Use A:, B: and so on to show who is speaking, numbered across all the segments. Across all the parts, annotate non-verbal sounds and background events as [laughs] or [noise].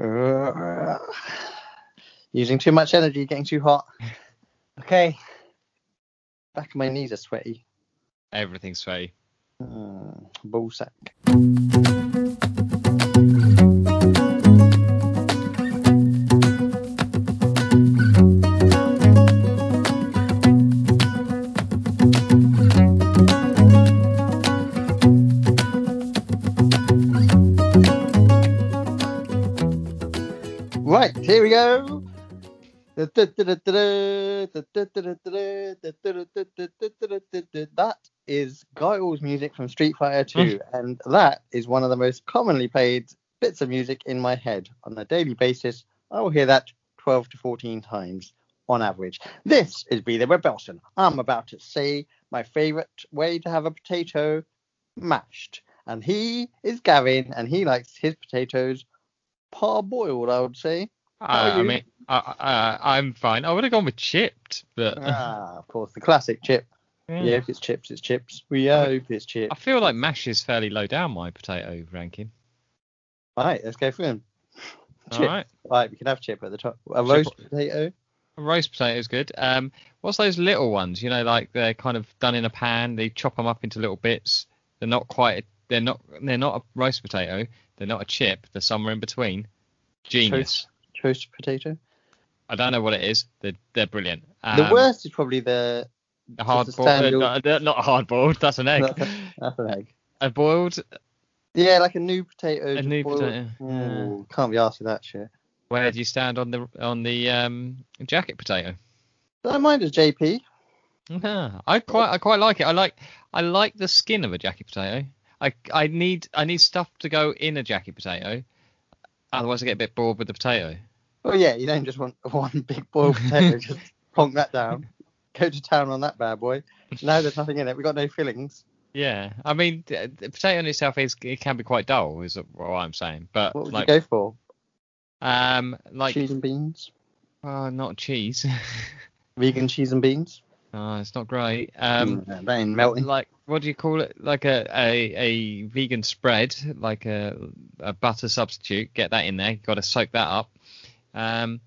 A: Uh, using too much energy, getting too hot. Okay. Back of my knees are sweaty.
B: Everything's sweaty.
A: Mm, ball sack. Right, here we go. That is Guile's music from Street Fighter 2, and that is one of the most commonly played bits of music in my head. On a daily basis, I will hear that 12 to 14 times on average. This is Be the Rebelson. I'm about to say my favorite way to have a potato mashed. And he is Gavin, and he likes his potatoes parboiled, I would say. How are
B: Uh, I
A: you?
B: mean, I, I, I'm fine. I would have gone with chipped, but [laughs]
A: Ah, of course, the classic chip.
B: yeah.
A: Yeah, if it's chips, it's chips. We hope it's chips.
B: I feel like mash is fairly low down my potato ranking.
A: All right, let's go for them. Chip.
B: All right,
A: All right, we can have chip at the top. A
B: Chip-
A: roast potato.
B: roast potato is good. Um, what's those little ones? You know, like they're kind of done in a pan. They chop them up into little bits. They're not quite. They're not. They're not a roast potato. They're not a chip. They're somewhere in between. Genius.
A: Toast, toast potato.
B: I don't know what it is. They're they're brilliant.
A: the
B: Um,
A: worst is probably the.
B: a hard
A: just a
B: boiled. uh,
A: standard-
B: not, uh, not a hard boiled. [laughs] That's an egg.
A: That's an egg.
B: a boiled.
A: Yeah, like a new potato.
B: A
A: just
B: new
A: boiled.
B: potato, yeah.
A: Ooh, Can't be asked with that shit.
B: Where do you stand on the on the um, jacket potato?
A: Don't mind us, JP.
B: Yeah, I quite I quite like it. I like I like the skin of a jacket potato. I I need I need stuff to go in a jacket potato. Otherwise I get a bit bored with the potato.
A: Oh yeah, you don't just want [laughs] one big boiled
B: [laughs]
A: potato. just plonk that down. Go to town on that bad boy. No, there's nothing in it. We got no fillings.
B: Yeah. I mean the, the potato in itself is it can be quite dull is what I'm saying. But
A: What would
B: like
A: you go for?
B: um like
A: cheese and beans.
B: oh, not cheese. [laughs]
A: Vegan cheese and beans.
B: oh, it's not great. Um
A: Mm, that ain't melting.
B: like what do you call it? Like a, a, a vegan spread, like a, a butter substitute. Get that in there. You've got to soak that up. Um,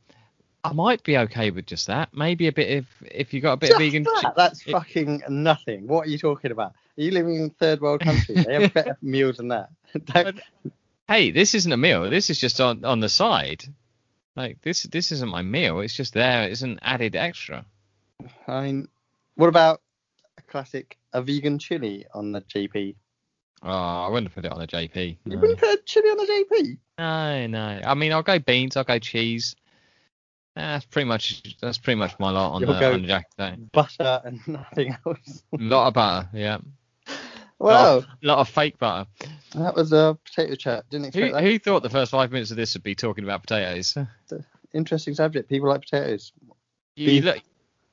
B: I might be okay with just that. Maybe a bit if if you got a bit
A: Just
B: of vegan.
A: that?
B: chi-
A: That's
B: it-
A: fucking nothing. What are you talking about? Are you living in a third world country? They have better
B: [laughs]
A: meals than that. [laughs] That-
B: hey, this isn't a meal. This is just on on the side. Like this this isn't my meal. It's just there. It's an added extra.
A: I mean, what about a classic, a vegan chili on the JP?
B: Oh, I wouldn't have put it on a JP.
A: You
B: No,
A: wouldn't put a chili on the JP?
B: no. no. I mean, I'll go beans. I'll go cheese. That's pretty much that's pretty much my lot on
A: You'll
B: the
A: go-
B: on the jacket. potato.
A: Butter and [laughs] nothing else.
B: lot of butter, yeah.
A: Well,
B: lot of fake butter.
A: that was a potato chat. Didn't
B: Oh. Who,
A: expect that.
B: who thought the first five minutes of this would be talking about potatoes?
A: Interesting subject. People like potatoes.
B: You
A: Beef.
B: look,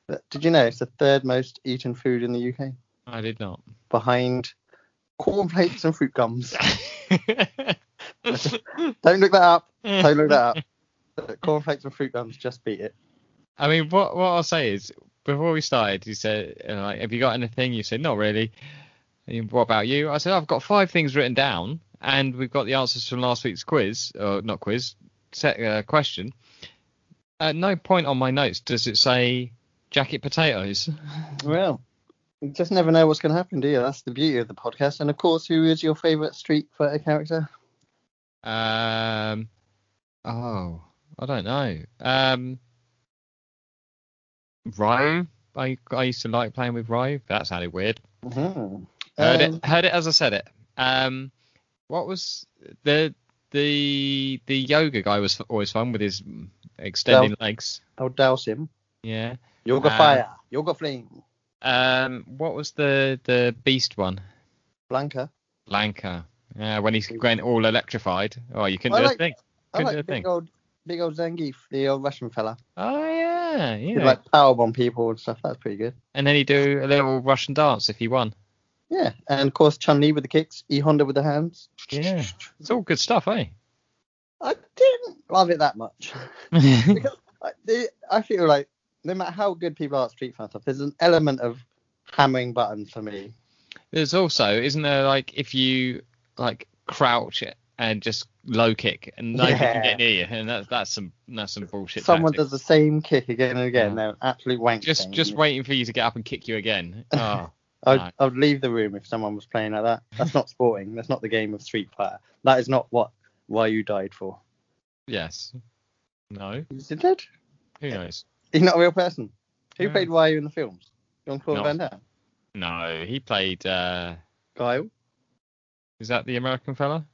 A: But did you know it's the third most eaten food in the UK,
B: I did not.
A: behind cornflakes and fruit gums?
B: [laughs]
A: Don't look that up.
B: [laughs]
A: Don't look that up. Cornflakes and fruit gums, just beat it.
B: I mean, what what I'll say is, before we started, you said, uh, like, "Have you got anything?" You said, "Not really." And you, what about you? I said, "I've got five things written down, and we've got the answers from last week's quiz, or not quiz, set, uh, question." At no point on my notes does it say jacket potatoes.
A: Well, you just never know what's going to happen, do you? That's the beauty of the podcast. And of course, who is your favourite Street Fighter character?
B: Um, oh, I don't know. Um, Ryu. I I used to like playing with Ryu. That sounded weird.
A: Mhm.
B: Heard
A: Um,
B: it. Heard it as I said it. Um, what was the the the yoga guy was always fun with his extending legs.
A: I'll douse him.
B: Yeah.
A: Yoga
B: Uh,
A: fire. Yoga flame.
B: Um, what was the the beast one?
A: Blanca.
B: Lanka. Yeah, when he's going all electrified. Oh, you couldn't
A: I
B: do
A: like-
B: a thing.
A: I
B: Couldn't
A: like
B: do a
A: big
B: thing.
A: old, big old Zangief, the old Russian fella.
B: Oh yeah,
A: He'd
B: yeah.
A: like powerbomb people and stuff. That's pretty good.
B: And then he'd do a little Russian dance if he won.
A: Yeah, and of course Chun Li with the kicks, E Honda with the hands.
B: Yeah. It's all good
A: [laughs]
B: stuff, eh?
A: I didn't love it that much. because I, the, I feel like no matter how good people are at Street Fighter, there's an element of hammering buttons for me.
B: There's also, isn't there, like, if you, like, crouch and just low kick and nobody can
A: Yeah.
B: get near you. And that's that's some that's some bullshit.
A: Someone
B: tactic.
A: does the same kick again and again.
B: Yeah.
A: They're an absolute wank.
B: Mm. just
A: thing.
B: just waiting for you to get up and kick
A: [laughs]
B: you again. Oh,
A: I'd,
B: no.
A: I'd leave the room if someone was playing like that. That's not sporting. That's not the game of Street Fighter. That is not what why you died for.
B: yes. No.
A: Is it dead?
B: Who knows?
A: He's not a real person. Who
B: Yeah.
A: played Ryu in the films? John Claude
B: No.
A: Van Damme.
B: No. He played. uh
A: Guile.
B: Is that the American fella?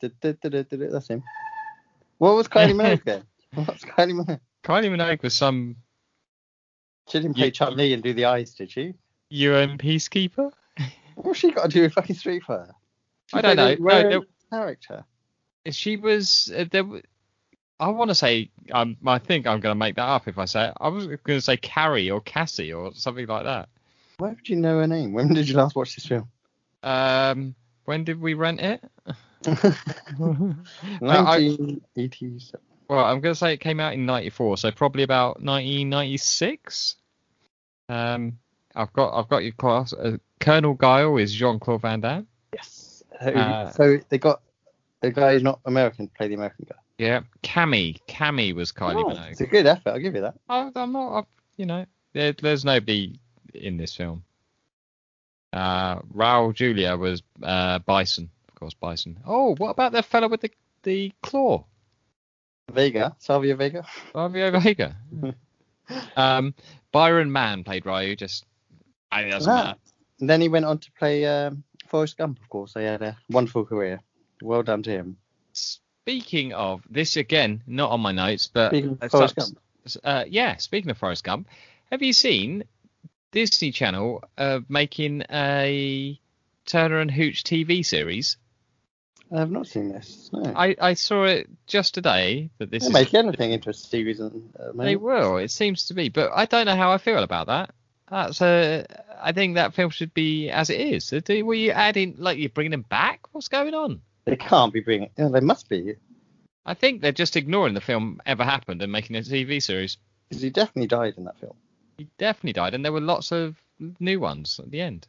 A: That's him. What was Kylie
B: [laughs]
A: Minogue then? What was Kylie Minogue?
B: Kylie Minogue was some
A: She didn't play
B: You-
A: Chun Li and do the eyes, did she?
B: UN peacekeeper.
A: What's she got to do with fucking Street Fighter? She
B: I don't
A: played a
B: know. No,
A: rare
B: no.
A: Character.
B: She was uh, there. w- I want to say um, I think I'm going to make that up if I say it. I was going to say Carrie or Cassie or something like that.
A: Why would you know her name? When did you last watch this film? [laughs]
B: Um, when did we rent it? No, I,
A: 1987.
B: well, I'm gonna say it came out in '94, so probably about 1996. Um, I've got I've got your class. Uh, Colonel Guile is Jean Claude Van Damme.
A: Yes.
B: Uh,
A: so they got the guy who's not American to play the American guy.
B: Yeah, Cammy. Cammy was Kylie
A: Oh,
B: Minogue.
A: it's a good effort. I'll give you that.
B: I, I'm not. I, you know, there, there's nobody in this film. Uh, Raul Julia was uh, Bison, of course, Bison. Oh, what about the fellow with the the claw?
A: Vega, Salvia Vega.
B: Flavio [laughs] Vega. um, Byron Mann played Ryu. Just I mean, it doesn't
A: Ah.
B: matter.
A: And then he went on to play um, Forrest Gump, of course. He had a wonderful career. Well done to him.
B: Speaking of this again, not on my notes, but
A: Speaking of
B: uh,
A: Forrest
B: so-
A: Gump.
B: uh, yeah, speaking of Forrest Gump, have you seen Disney Channel uh, making a Turner and Hooch TV series?
A: I've not seen this. No.
B: I, I saw it just today that this
A: They
B: is
A: make anything into a series. And, uh,
B: They
A: mate.
B: will. It seems to be, but I don't know how I feel about that. That's a. I think that film should be as it is. So do- Were you adding like you're bringing them back? What's going on?
A: They can't be bringing. Yeah, they must be.
B: I think they're just ignoring the film ever happened and making a TV series.
A: Because he definitely died in that film.
B: He definitely died, and there were lots of new ones at the end.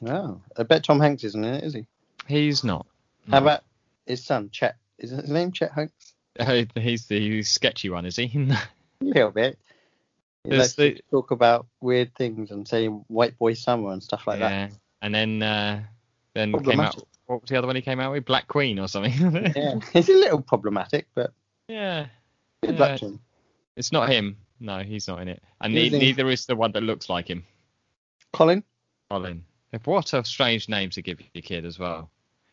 A: Wow. I bet Tom Hanks isn't in it, is he?
B: He's not. [laughs]
A: Mm. How
B: No.
A: about his son, Chet? Is his name Chet Hanks?
B: he's the sketchy one, is he? [laughs]
A: A little bit. He
B: There's
A: likes to
B: the-
A: talk about weird things and say white boy summer and stuff like that.
B: yeah. And then uh, then came out. What was the other one he came out with? Black Queen or something. [laughs]
A: Yeah. [laughs] He's a little problematic, but
B: yeah.
A: good
B: Yeah.
A: luck to him.
B: It's not him. No, he's not in it. And
A: Who's
B: ne-
A: in-
B: neither is the one that looks like him,
A: Colin? [laughs]
B: Colin. What a strange name to give your kid as well.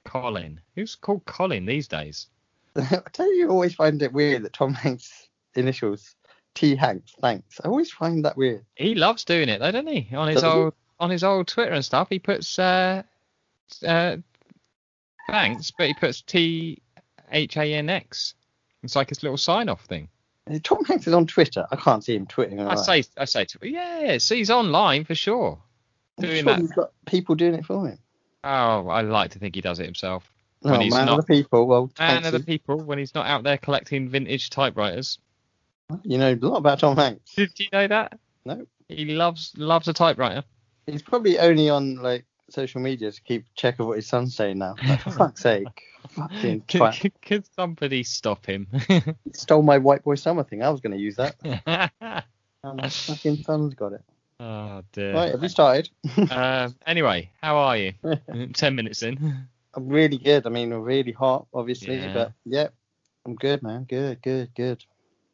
B: Colin. Who's called Colin these days?
A: I tell you, I always find it weird that Tom Hanks' initials, T Hanks, thanks. I always find that weird.
B: He loves doing it though, doesn't he? On his
A: Doesn't he?
B: old on his old Twitter and stuff, he puts uh uh thanks, but he puts T H A N X. It's like his little sign off thing.
A: Tom Hanks is on Twitter. I can't see him tweeting.
B: I say I say to yeah, so he's online for sure. Doing that.
A: He's got people doing it for him.
B: Oh, I like to think he does it himself.
A: No,
B: When he's
A: man
B: not-
A: of the people. Well,
B: and
A: Hanks
B: other
A: is-
B: people when he's not out there collecting vintage typewriters.
A: you know a lot about Tom Hanks.
B: Did you know that?
A: No.
B: He loves loves a typewriter.
A: He's probably only on like social media to keep check of what his son's saying now. Like, for
B: [laughs]
A: fuck's sake. Fucking
B: Could,
A: twat.
B: could- could somebody stop him? [laughs]
A: He stole my white boy summer thing. I was going to use that. And my fucking son's got it.
B: oh dear.
A: Right, have you started? [laughs]
B: Uh, anyway, how are you? [laughs] Ten minutes in. [laughs]
A: I'm really good. I mean, we're really hot, obviously,
B: Yeah.
A: but yeah, I'm good, man. Good, good, good.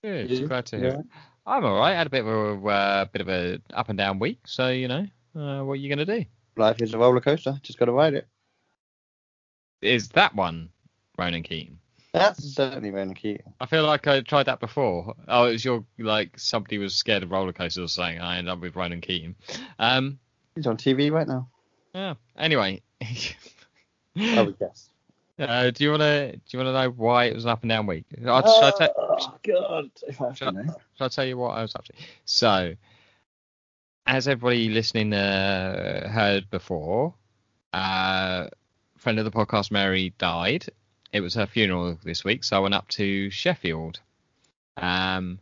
B: Good.
A: You?
B: Glad to
A: You
B: hear. it.
A: alright?
B: I'm all right. Had a bit of a uh, bit of a up and down week, so you know uh, what are you gonna do?
A: Life is a roller coaster. Just got to ride it.
B: Is that one Ronan Keaton?
A: That's certainly Ronan Keating.
B: I feel like I tried that before. Oh, it was your like somebody was scared of roller coasters or something. and I ended up with Ronan Keating. Um,
A: He's on TV right
B: [gasps]
A: now.
B: yeah. Anyway,
A: I
B: [laughs] uh,
A: would guess.
B: do you wanna do you wanna know why it was an up and down week? I'll, should, I te-
A: Oh, God. If I have to
B: Shall-
A: know.
B: should I tell you what I was up to? So, as everybody listening uh, heard before, uh, friend of the podcast Mary died. It was her funeral this week, so I went up to Sheffield. Um,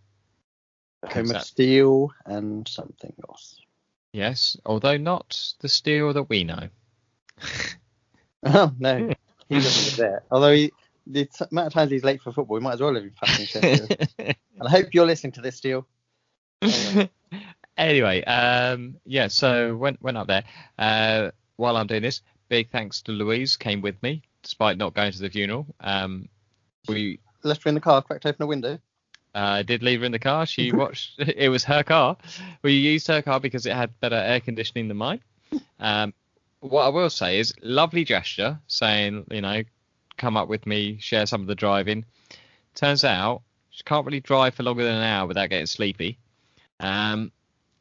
A: Home of
B: Exact-
A: Steel and something else.
B: Yes, although not the steel that we know.
A: [laughs] Oh, no. He [laughs] doesn't live there. Although he, the t- amount of times he's late for football, he might as well live in fucking Sheffield. [laughs] and I hope you're listening to this, Steele. Anyway.
B: anyway, um, yeah, so went went up there. Uh, while I'm doing this, big thanks to Louise, came with me despite not going to the funeral. Um, we
A: Left her in the car, cracked open a window.
B: uh, did leave her in the car. She watched. [laughs] it was her car. We used her car because it had better air conditioning than mine. Um, what I will say is lovely gesture, saying you know, come up with me, share some of the driving. Turns out she can't really drive for longer than an hour without getting sleepy. Um,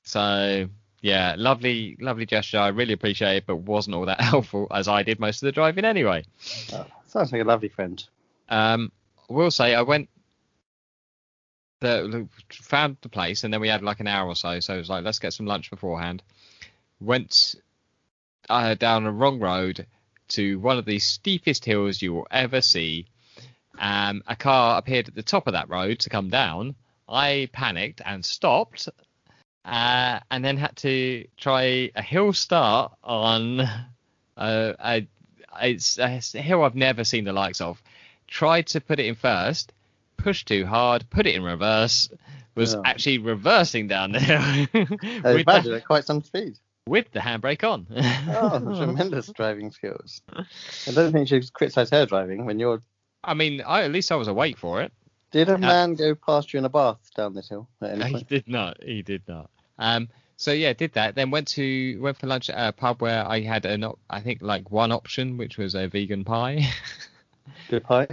B: so yeah, lovely, lovely gesture. I really appreciate it, but wasn't all that [laughs] helpful as I did most of the driving anyway.
A: Oh, sounds like a lovely friend.
B: Um, I will say I went, the, found the place, and then we had like an hour or so. So it was like, let's get some lunch beforehand. Went uh, down a wrong road to one of the steepest hills you will ever see. Um, a car appeared at the top of that road to come down. I panicked and stopped, uh, and then had to try a hill start on uh, a, it's a hill I've never seen the likes of tried to put it in first, pushed too hard, put it in reverse, was
A: Oh.
B: actually reversing down the hill [laughs]
A: I
B: with,
A: imagine
B: the,
A: at quite some speed.
B: with the handbrake on.
A: Oh, [laughs]
B: [laughs]
A: tremendous driving skills. I don't think you should criticise her driving when you're.
B: I mean, I, at least I was awake for it.
A: Did a man go past you in a bath down this hill at any
B: [laughs] he
A: point?
B: did not. He did not. Um. So yeah, did that. Then went to went for lunch at a pub where I had an op- I think like one option, which was a vegan pie. [laughs]
A: Good pie.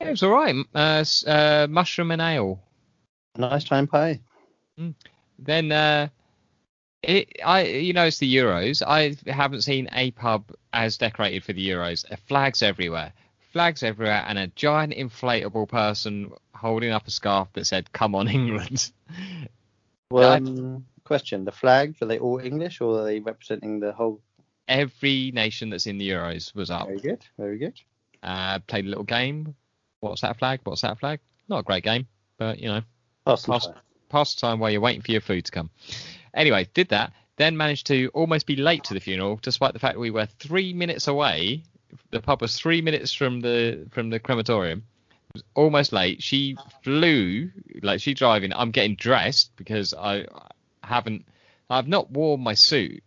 B: it was alright. Uh, s- uh, mushroom and ale.
A: Nice time pie.
B: then uh, it, I, you know, it's the Euros. I haven't seen a pub as decorated for the Euros. Uh, Flags everywhere, flags everywhere, and a giant inflatable person holding up a scarf that said "Come on, [laughs] England."
A: Well,
B: I-
A: um, question: the flags are they all English or are they representing the whole?
B: Every nation that's in the Euros was up.
A: Very good, very good.
B: Uh, played a little game. What's that flag? What's that flag? Not a great game, but you know.
A: Pass the
B: Pass-
A: time.
B: pass the time while you're waiting for your food to come. Anyway, did that, then managed to almost be late to the funeral, despite the fact we were three minutes away. The pub was three minutes from the from the crematorium. It was almost late. She flew, like she driving. I'm getting dressed because I haven't, I've not worn my suit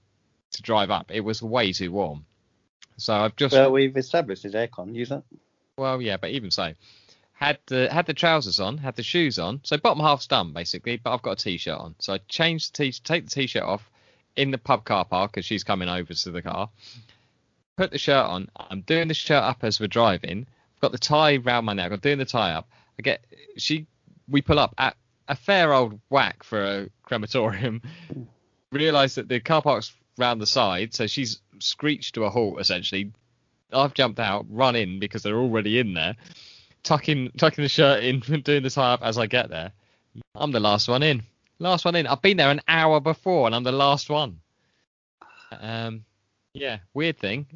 B: to drive up. It was way too warm. So I've just
A: Well, we've established his aircon. Use that.
B: well, yeah, but even so, had the had the trousers on, had the shoes on, so bottom half's done basically. But I've got a t-shirt on, so I changed the t take the t-shirt off in the pub car park because she's coming over to the car. Put the shirt on. I'm doing the shirt up as we're driving. I've got the tie round my neck. I'm doing the tie up. I get she. We pull up at a fair old whack for a crematorium. Realise that the car park's round the side, so she's screeched to a halt essentially, I've jumped out, run in because they're already in there, tucking tucking the shirt in, [laughs] doing the tie up as I get there. I'm the last one in. Last one in. I've been there an hour before and I'm the last one. Um, yeah, weird thing.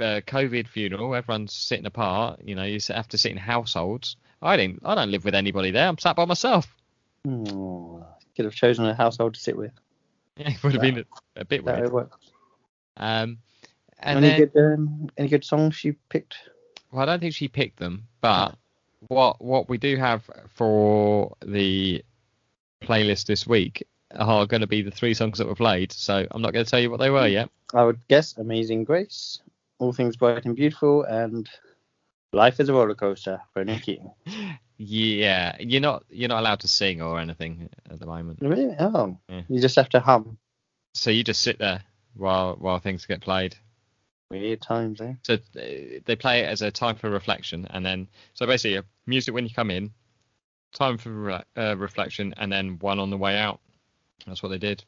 B: Uh, COVID funeral, everyone's sitting apart. You know, you s- have to sit in households. I didn't. I don't live with anybody there. I'm sat by myself. [laughs]
A: Hmm. Could have chosen a household to sit with.
B: Yeah, it would have been a, a bit
A: That would
B: weird.
A: work.
B: Um, and
A: any
B: then,
A: good um, any good songs you picked?
B: Well, I don't think she picked them, but what what we do have for the playlist this week are going to be the three songs that were played. So I'm not going to tell you what they were yet.
A: I would guess Amazing Grace, All Things Bright and Beautiful, and Life is a Roller Coaster for Nick Keating.
B: Yeah, you're not you're not allowed to sing or anything at the moment.
A: Really? Oh,
B: Yeah.
A: you just have to hum.
B: So you just sit there while while things get played.
A: Weird times, eh?
B: So uh, they play it as a time for reflection, and then so basically uh, music when you come in, time for re- uh, reflection, and then one on the way out. That's what they did.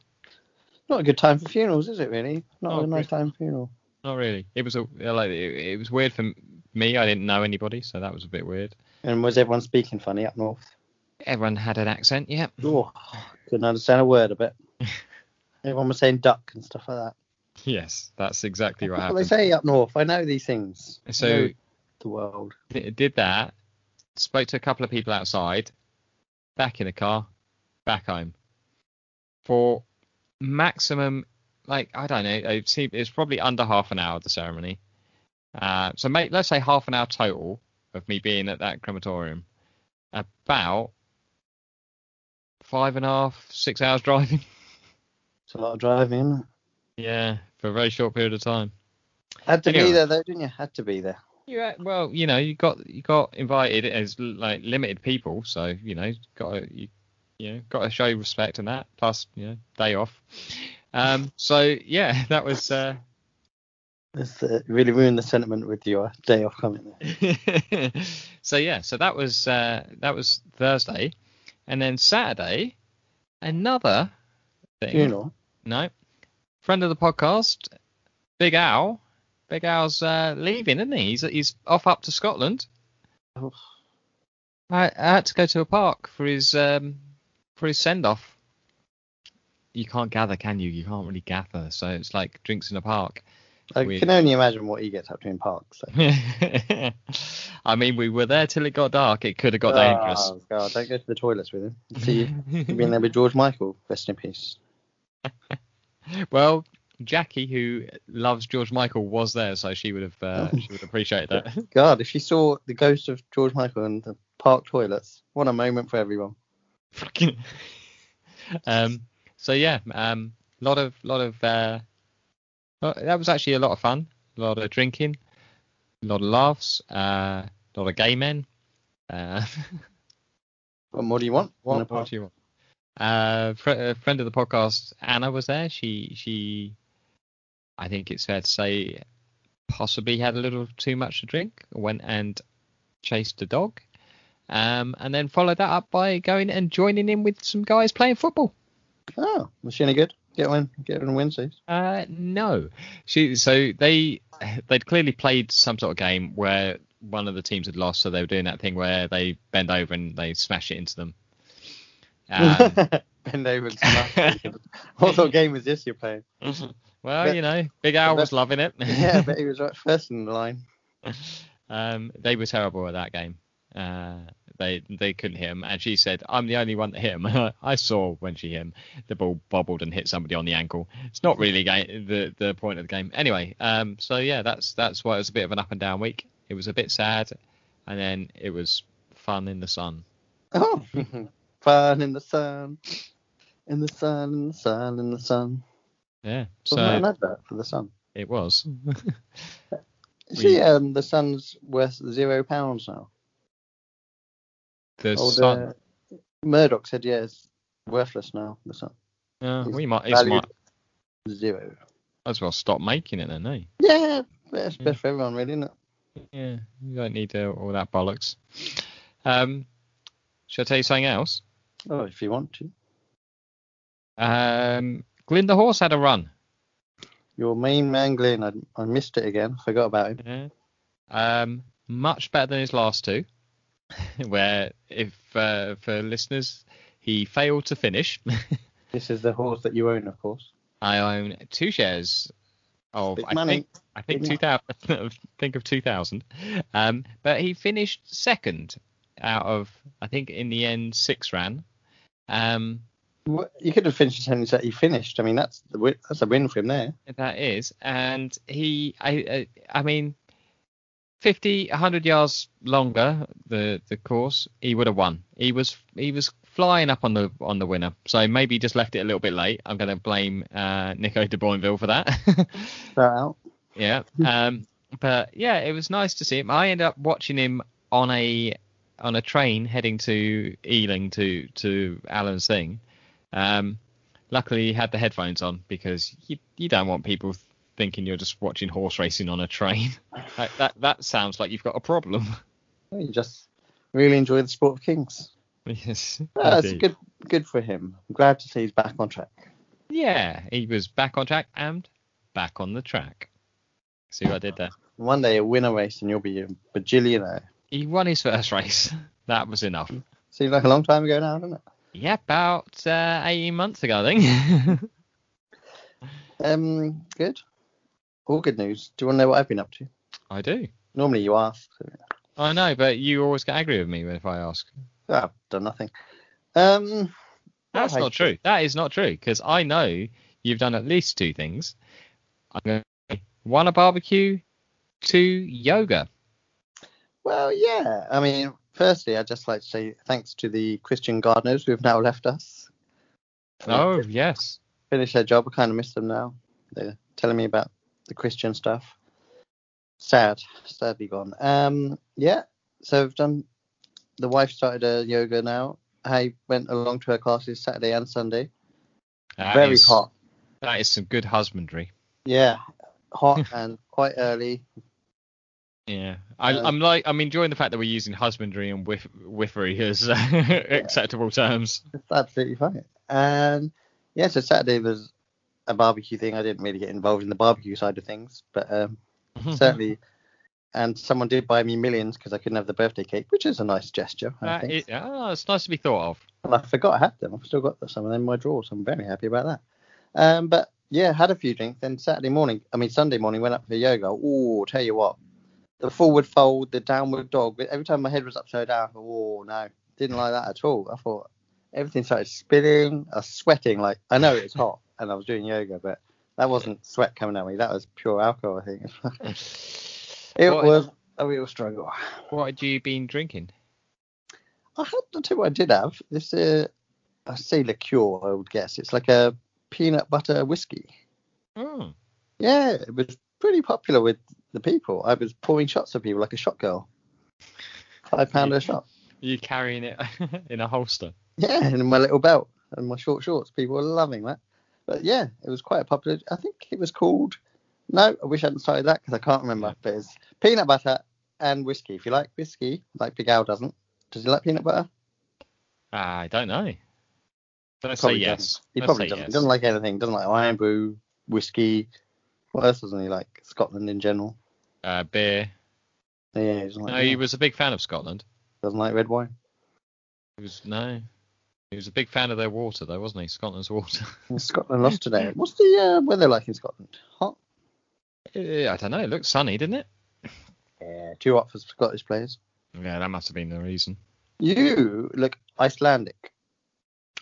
A: Not a good time for funerals, is it? Really? Not
B: Oh,
A: a nice time for funeral.
B: Not really. It was a like it, it was weird for m- me. I didn't know anybody, so that was a bit weird.
A: And was everyone speaking funny up north?
B: Everyone had an accent. Yeah.
A: Oh, couldn't understand a word of it. Everyone was saying duck and stuff like that.
B: [laughs] Yes, that's exactly what
A: That's what they
B: happened.
A: say up north. I know these things. I
B: So
A: know the world.
B: d- did that. Spoke to a couple of people outside. Back in the car. Back home. For maximum, like I don't know. It seemed, it's probably under half an hour of the ceremony. Uh, so make let's say half an hour total of me being at that crematorium. About five and a half, six hours [laughs] driving.
A: It's a lot of driving.
B: yeah, for a very short period of time.
A: Had to
B: Anyway.
A: be there though, didn't you? Had to be there.
B: Yeah, well, you know, you got you got invited as like limited people, so you know, got to, you, you know, got to show respect and that. Plus, you know, day off. Um, so yeah, [laughs] that was uh,
A: This uh, really ruined the sentiment with your day off coming there.
B: so yeah, so that was uh, that was Thursday, and then Saturday, another thing.
A: Funeral.
B: No, friend of the podcast, Big Al. Big Al's uh, leaving, isn't he? He's he's off up to Scotland.
A: Oh.
B: I, I had to go to a park for his um, for his send off. You can't gather, can you? You can't really gather, so it's like drinks in a park. [laughs]
A: I
B: Weird.
A: can only imagine what he gets up to in parks. So.
B: I mean, we were there till it got dark. It could have got dangerous.
A: Oh, God, don't go to the toilets with him. [laughs] See, you've been there with George Michael. Rest in peace.
B: well, Jackie, who loves George Michael, was there, so she would have uh, she would appreciate that.
A: God, if you saw the ghost of George Michael in the park toilets, what a moment for everyone.
B: Fucking- um, so yeah, um, lot of lot of uh, lo- that was actually a lot of fun. A lot of drinking, a lot of laughs, a uh, lot of gay men. Uh, [laughs]
A: What more do you want? in a
B: what,
A: park?
B: what do you want? Uh, fr- a friend of the podcast, Anna, was there. She she, I think it's fair to say, possibly had a little too much to drink. Went and chased a dog, um, and then followed that up by going and joining in with some guys playing football.
A: Oh, was she any good? Get one, get one Wednesdays.
B: Uh, no. She, so they they'd clearly played some sort of game where one of the teams had lost, so they were doing that thing where they bend over and they smash it
A: [laughs]
B: into them. Um,
A: Bend over
B: [laughs]
A: and smash. what sort of game is this you're playing?
B: well,
A: But-
B: you know, Big Al
A: but-
B: was loving it.
A: Yeah, but he was right first in the line.
B: um, they were terrible at that game. Uh, they they couldn't hit him, and she said, "I'm the only one that hit him." [laughs] I saw when she hit him, the ball bobbled and hit somebody on the ankle. It's not really ga- the the point of the game. Anyway, um, so yeah, that's that's why it was a bit of an up and down week. It was a bit sad, and then it was fun in the sun.
A: Oh, [laughs] fun in the sun, in the sun, in the sun, in the sun.
B: Yeah, so
A: Wasn't that an advert for the sun?
B: it was.
A: [laughs] You
B: We-
A: See, um, the sun's worth zero pounds now.
B: the
A: Old,
B: sun.
A: uh, Murdoch said, yeah, it's worthless now. The sun
B: Uh,
A: it's
B: we might, it's
A: valued
B: might
A: zero.
B: as well stop making it then, eh?
A: Yeah, but it's
B: Yeah.
A: best for everyone, really, isn't it?
B: Yeah, you don't need uh, all that bollocks. Um, shall I tell you something else?
A: Oh, if you want to.
B: Um, Glyn the horse had a run.
A: Your main man, Glenn, I, I missed it again. Forgot about him.
B: Yeah. Um, much better than his last two, [laughs] where if uh, for listeners, he failed to finish. [laughs]
A: This is the horse that you own, of course.
B: I own two shares of
A: Big
B: I
A: money.
B: think I think
A: Big
B: two thousand. [laughs] think of two thousand. Um, but he finished second out of I think in the end six ran. Um,
A: What- You could have finished the sentence that he finished. I mean, that's the win, that's a win for him there.
B: That is, and he, I, I, I mean, 50, 100 yards longer the the course, he would have won. He was he was flying up on the on the winner, so maybe he just left it a little bit late. I'm going to blame uh, Nico de Boinville for that. [laughs]
A: Start out. [laughs]
B: yeah, um, but yeah, it was nice to see him. I ended up watching him on a on a train heading to Ealing to to Alan's thing. Um, luckily, he had the headphones on because you you don't want people thinking you're just watching horse racing on a train. [laughs] that, that that sounds like you've got a problem. [laughs]
A: You just really enjoy the sport of kings.
B: yes.
A: Yeah, that's
B: indeed.
A: good, good for him. I'm glad to see he's back on track.
B: Yeah, he was back on track and back on the track. See what I did there?
A: One day you'll win a race and you'll be a bajillionaire.
B: He won his first race. [laughs] That was enough.
A: Seems like a long time ago now, doesn't it?
B: Yeah, about uh, 18 months ago, I think.
A: [laughs] Um, good. All good news. Do you want to know what I've been up to?
B: I do.
A: Normally you ask.
B: I know, but you always get angry with me when if I ask.
A: Oh, I've done nothing. Um,
B: That's
A: I-
B: not true. That is not true because I know you've done at least two things. I'm going to one a barbecue, to yoga.
A: Well, yeah. I mean, firstly, I'd just like to say thanks to the Christian gardeners who have now left us.
B: Oh, yes.
A: Finished their job. I kind of miss them now. They're telling me about the Christian stuff. Sad, sadly gone. Um, yeah. So I've done. The wife started a yoga now. I went along to her classes Saturday and Sunday.
B: That
A: Very
B: is-
A: hot.
B: That is some good husbandry.
A: Yeah, hot [laughs] and quite early.
B: Yeah, I,
A: Uh,
B: I'm like I'm enjoying the fact that we're using husbandry and whiff, whiffery as uh, acceptable terms.
A: It's absolutely fine. And yeah, so Saturday was a barbecue thing. I didn't really get involved in the barbecue side of things, but
B: [laughs]
A: um, certainly. And someone did buy me millions because I couldn't have the birthday cake, which is a nice gesture. I
B: That
A: think.
B: is- ah, it's nice to be thought of.
A: And I forgot I had them. I've still got some of them in my drawer, so I'm very happy about that. Um, but yeah, had a few drinks. Then Saturday morning, I mean Sunday morning, went up for yoga. Ooh, tell you what, the forward fold, the downward dog. Every time my head was upside down, I thought, oh no, didn't like that at all. I thought everything started spinning. I was sweating. Like I know it was hot, [laughs] and I was doing yoga, but that wasn't sweat coming at me. That was pure alcohol, I think. [laughs] it
B: what,
A: was a real struggle.
B: What had you been drinking?
A: I had I'll tell you what I did have. This uh, I say liqueur, I would guess. It's like a peanut butter whiskey.
B: Oh,
A: Yeah, it was pretty popular with the people. I was pouring shots for people like a shot girl. Five pound a shot.
B: you carrying it [laughs] in a holster?
A: Yeah, and in my little belt and my short shorts. People were loving that. But yeah, it was quite popular. I think it was called. No, I wish I hadn't started that because I can't remember. But it's peanut butter and whiskey. If you like whiskey, like Big Al doesn't. Does he like peanut butter?
B: Ah, I don't know. Let's say
A: Probably
B: yes.
A: He
B: Let's
A: probably
B: say
A: doesn't.
B: yes.
A: doesn't like anything. Doesn't like Iron Brew, whiskey. What else doesn't he like? Scotland in general.
B: Uh, beer.
A: Yeah, he doesn't like,
B: No, he was a big fan of Scotland.
A: doesn't like red wine.
B: He was no. He was a big fan of their water, though, wasn't he? Scotland's water. [laughs]
A: And Scotland lost today. What's the uh, weather like in Scotland? Hot?
B: Eh, I don't know. It looked sunny, didn't it?
A: Yeah, too hot for Scottish players.
B: Yeah, that must have been the reason.
A: You look Icelandic.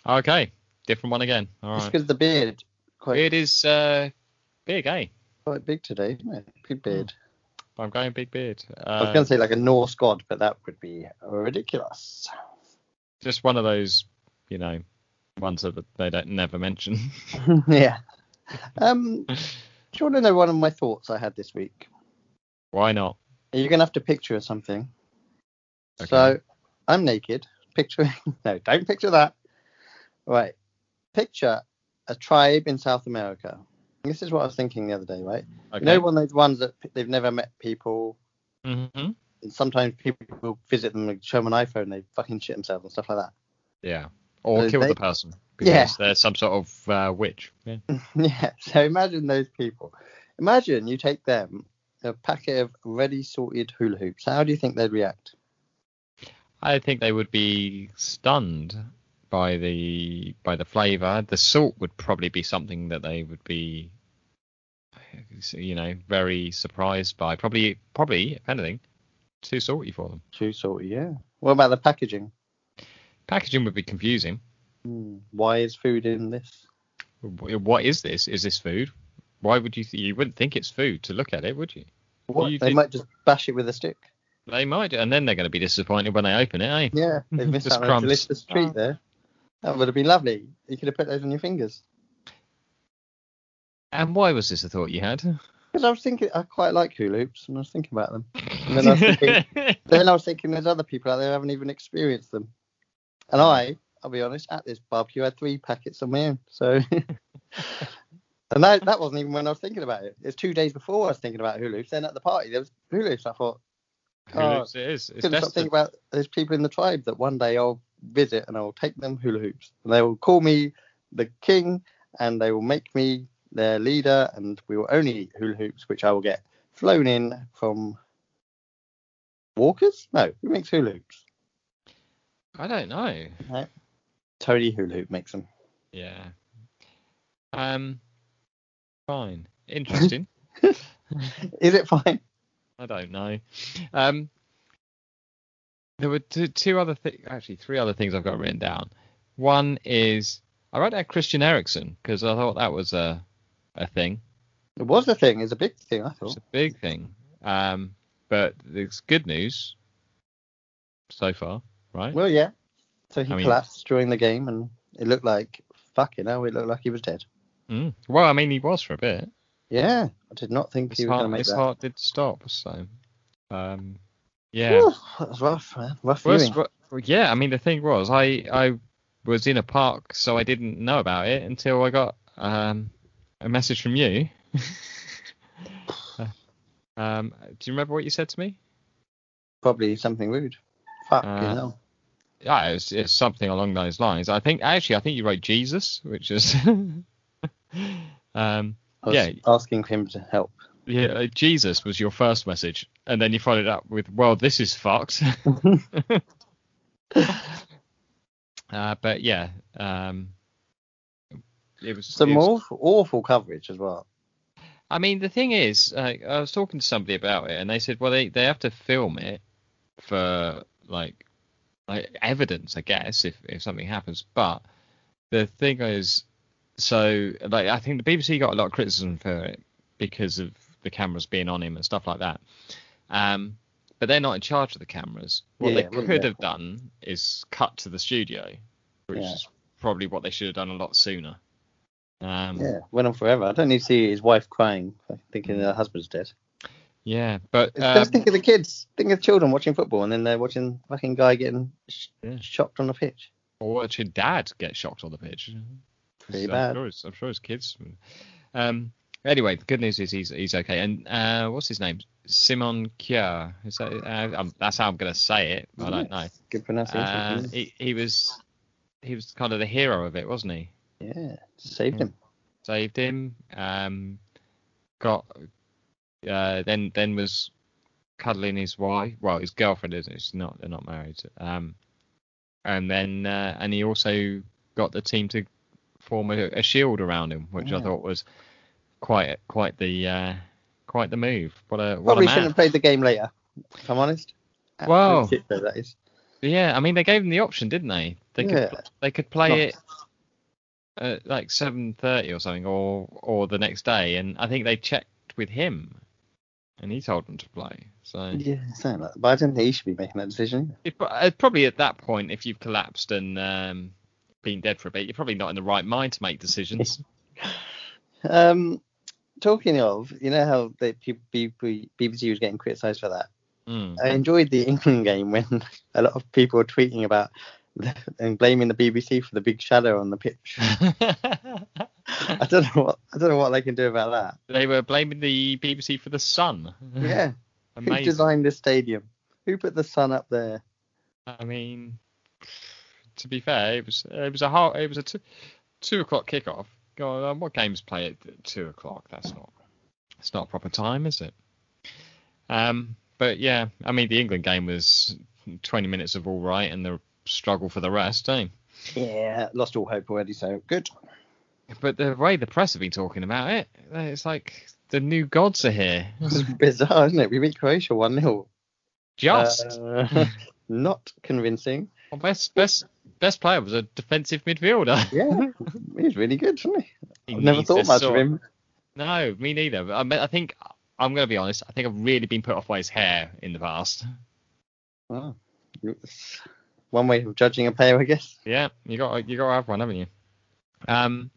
B: Okay, different one again. All
A: It's
B: right.
A: 'cause the beard quite
B: Beard is uh, big, eh?
A: quite big today, isn't it? Big beard.
B: I'm going big beard.
A: I was
B: Hmm. Uh,
A: going to say like a Norse god, but that would be ridiculous. [laughs]
B: Uh, Just one of those, you know, ones that they don't never mention. [laughs]
A: yeah. Um, do you want to know one of my thoughts I had this week?
B: Why not?
A: You're gonna have to picture something.
B: Okay.
A: So I'm naked. Picture [laughs] no, don't picture that. Right. Picture a tribe in South America. This is what I was thinking the other day, right?
B: Okay.
A: You know, one of those ones that p- they've never met people,
B: hmm
A: and sometimes people will visit them and show them an iPhone, they fucking shit themselves and stuff like that. [laughs]
B: Yeah. Or
A: So
B: kill
A: they-
B: the person because
A: Yeah.
B: they're some sort of uh, witch. Yeah.
A: yeah. So imagine those people. Imagine you take them a packet of ready sorted hula hoops. How do you think they'd react?
B: I think they would be stunned by the by the flavour. The salt would probably be something that they would be, you know, very surprised by. Probably, probably if anything, too salty for them.
A: Too salty, yeah. What about the packaging?
B: Packaging would be confusing.
A: Hmm, Why is food in this?
B: W- What is this? Is this food? Why would you? Th- you wouldn't think it's food to look at it, would you?
A: What,
B: You
A: they
B: did-
A: might just bash it with a stick.
B: They might, and then they're going to be disappointed when they open it, eh?
A: Yeah, Ah. they've missed
B: Just
A: out on a
B: crumbs.
A: delicious treat there. That would have been lovely. You could have put those on your fingers.
B: And why was this a thought you had?
A: Because I was thinking, I quite like hula hoops, and I was thinking about them. And then I was thinking, then I was thinking there's other people out there who haven't even experienced them. And I, I'll be honest, at this barbecue, I had three packets on my own. So, [laughs] and that, that wasn't even when I was thinking about it. It's two days before I was thinking about hula hoops. Then at the party, there was hula hoops. I thought,
B: [laughs] Who knows? it is. It's
A: "Oh, couldn't stop
B: destined.
A: thinking about those people in the tribe that one day I'll visit and I'll take them hula hoops. And they will call me the king and they will make me their leader and we will only eat hula hoops, which I will get flown in from Walkers? No, who makes hula hoops?
B: I don't know.
A: Tony Hula Hoop makes
B: [laughs]
A: them.
B: Yeah. Um. Fine.
A: [laughs]
B: Interesting.
A: Is it fine?
B: I don't know. Um. There were two, two other things, actually three other things I've got written down. One is I wrote down Christian Eriksen because I thought that was a a thing.
A: It was a thing, it's a big thing, I
B: It's
A: thought.
B: a big thing. Um, but there's good news so far, right?
A: Well, yeah. So he
B: I mean-
A: collapsed during the game, and it looked like fucking hell. It looked like he was dead.
B: Mm. Well, I mean, he was for a bit.
A: Yeah, I did not think
B: His
A: he was going to
B: heart,
A: make
B: his
A: that.
B: heart did stop. So, um, yeah.
A: Whew, that was rough, man. Rough
B: Well,
A: viewing.
B: it's- well, yeah, I mean the thing was I I was in a park so I didn't know about it until I got um a message from
A: [laughs]
B: you. Uh, um, do you remember what you said to me?
A: Probably something rude. Fuck,
B: Uh,
A: you know.
B: Yeah, it's it's something along those lines. I think actually I think you wrote Jesus, which is [laughs] um
A: I was
B: yeah.
A: asking for him to [laughs] help.
B: yeah uh, Jesus was your first message, and then you followed up with well this is fucked. [laughs] uh, but yeah, um, it was
A: Some
B: it was-
A: awful, awful coverage as well.
B: I mean, the thing is, uh, I was talking to somebody about it, and they said, well, they, they have to film it for like like evidence, I guess, if if something happens. But the thing is, so like I think the BBC got a lot of criticism for it because of the cameras being on him and stuff like that. Um, but they're not in charge of the cameras. What
A: Yeah,
B: they
A: yeah, wouldn't
B: could
A: they?
B: have done is cut to the studio, which
A: Yeah.
B: is probably what they should have done a lot sooner. Um,
A: Yeah, went on forever. I don't need to see his wife crying, thinking her husband's dead.
B: yeah, but
A: It's
B: um,
A: just think of the kids, think of children watching football, and then they're watching fucking guy getting sh-
B: Yeah.
A: shot on the pitch.
B: or watch your dad get shocked on the pitch.
A: Pretty
B: I'm
A: bad.
B: Sure it's, I'm sure his kids. Um. Anyway, the good news is he's he's okay. And uh, what's his name? Simon Kier. Is that? Uh, um that's how I'm gonna say it. I don't know.
A: Good pronunciation. Mm.
B: Uh,
A: isn't it?
B: he, he was he was kind of the hero of it, wasn't he?
A: yeah, saved him.
B: Hmm. Saved him. Um. Got. Uh. Then then was cuddling his wife. Well, his girlfriend isn't. It? She's not. They're not married. Um. And then uh, and he also got the team to form a, a shield around him, which I
A: Yeah.
B: thought was quite quite the uh, quite the move. What a what
A: Probably
B: a
A: shouldn't
B: man!
A: have played the game later, if I'm honest. Absolute
B: Wow.
A: shit show that is.
B: Yeah, I mean they gave him the option, didn't they? They
A: Yeah.
B: could they could play
A: Not-
B: it at like seven thirty or something, or or the next day, and I think they checked with him, and he told them to play. So
A: Yeah, something like that. But I don't think he should be making that decision. either.
B: It, pro- uh, probably at that point, if you've collapsed and um, been dead for a bit, you're probably not in the right mind to
A: [laughs]
B: make decisions.
A: Um, talking of, you know how the P- B- B- BBC was getting criticised for that.
B: Mm.
A: I enjoyed the England game when a lot of people were tweeting about and blaming the BBC for the big shadow on the
B: [laughs]
A: pitch. I don't know what I don't know what they can do about that.
B: [laughs] they were blaming the BBC for the sun.
A: Yeah, [laughs] who
B: Mm-hmm. Amazing.
A: designed this stadium? Who put the sun up there?
B: I mean, to be fair, it was it was a hard, it was a two, two o'clock kickoff. God, um, what games play at two o'clock? That's not that's not a proper time, is it? Um, but yeah, I mean, the England game was twenty minutes of all right, and the struggle for the rest, eh?
A: Yeah, lost all hope already. So
B: [laughs]
A: good.
B: But the way the press have been talking about it, eh, it's like the new gods
A: [laughs]
B: are here.
A: It's bizarre, isn't it? We beat Croatia one 0
B: Just
A: [laughs] not convincing.
B: our best best best player was a defensive midfielder. [laughs]
A: Yeah, he was really good, wasn't he?
B: He
A: I've never
B: needs
A: thought
B: this
A: much of
B: sort-
A: him.
B: No, me neither. But I, mean, I think I'm gonna be honest. I think I've really been put off by his hair in the past.
A: Wow. It's One way of judging a player, I guess.
B: Yeah, you got you got to have one, haven't you? Um,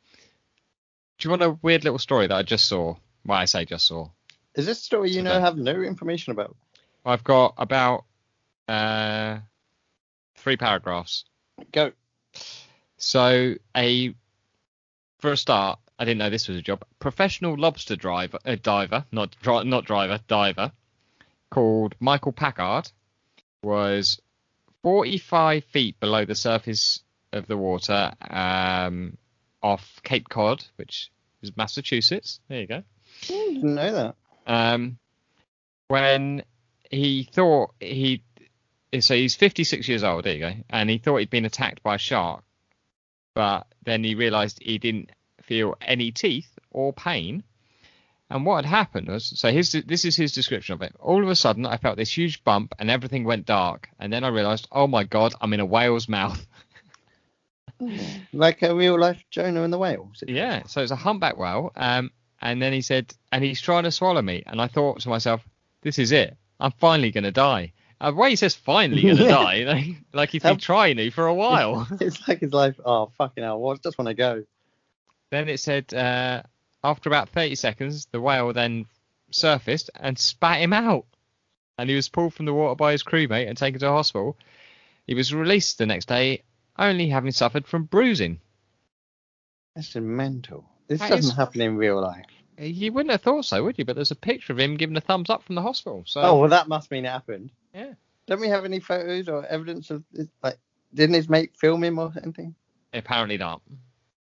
B: do you want a weird little story that I just saw? Well, I say just saw.
A: Is this a story you know
B: Okay.
A: have no information about?
B: I've got about uh three paragraphs.
A: Go.
B: So a for a start, I didn't know this was a job. Professional lobster driver, uh, diver, not dri- not driver, diver, called Michael Packard, was 45 feet below the surface of the water, um, off Cape Cod, which is Massachusetts. There you go Hmm.
A: Didn't know that.
B: um, when he thought he so he's 56 years old there you go and he thought he'd been attacked by a shark but then he realized he didn't feel any teeth or pain and what had happened was so his this is his description of it all of a sudden i felt this huge bump and everything went dark and then i realized oh my god i'm in a whale's mouth
A: Like a real life Jonah and the whale. situation. [laughs]
B: Yeah, so it's a humpback whale. Um, and then he said, and he's trying to swallow me. And I thought to myself, this is it. I'm finally gonna die. Uh, why he says finally gonna
A: Yeah.
B: die? [laughs] Like, like he's been
A: Um,
B: trying to for a while.
A: it's like his life. Oh fucking hell! Well, I just want to go.
B: Then it said uh, after about 30 seconds, the whale then surfaced and spat him out. And he was pulled from the water by his crewmate and taken to a hospital. He was released the next day, only having suffered from bruising.
A: That's just mental. This
B: That
A: doesn't
B: is-
A: happen in real life.
B: Uh, You wouldn't have thought so, would you? But there's a picture of him giving a thumbs up from the hospital. So
A: oh well, that must mean it happened.
B: Yeah.
A: Don't we have any photos or evidence of this? like? Didn't his mate film him or anything?
B: apparently not.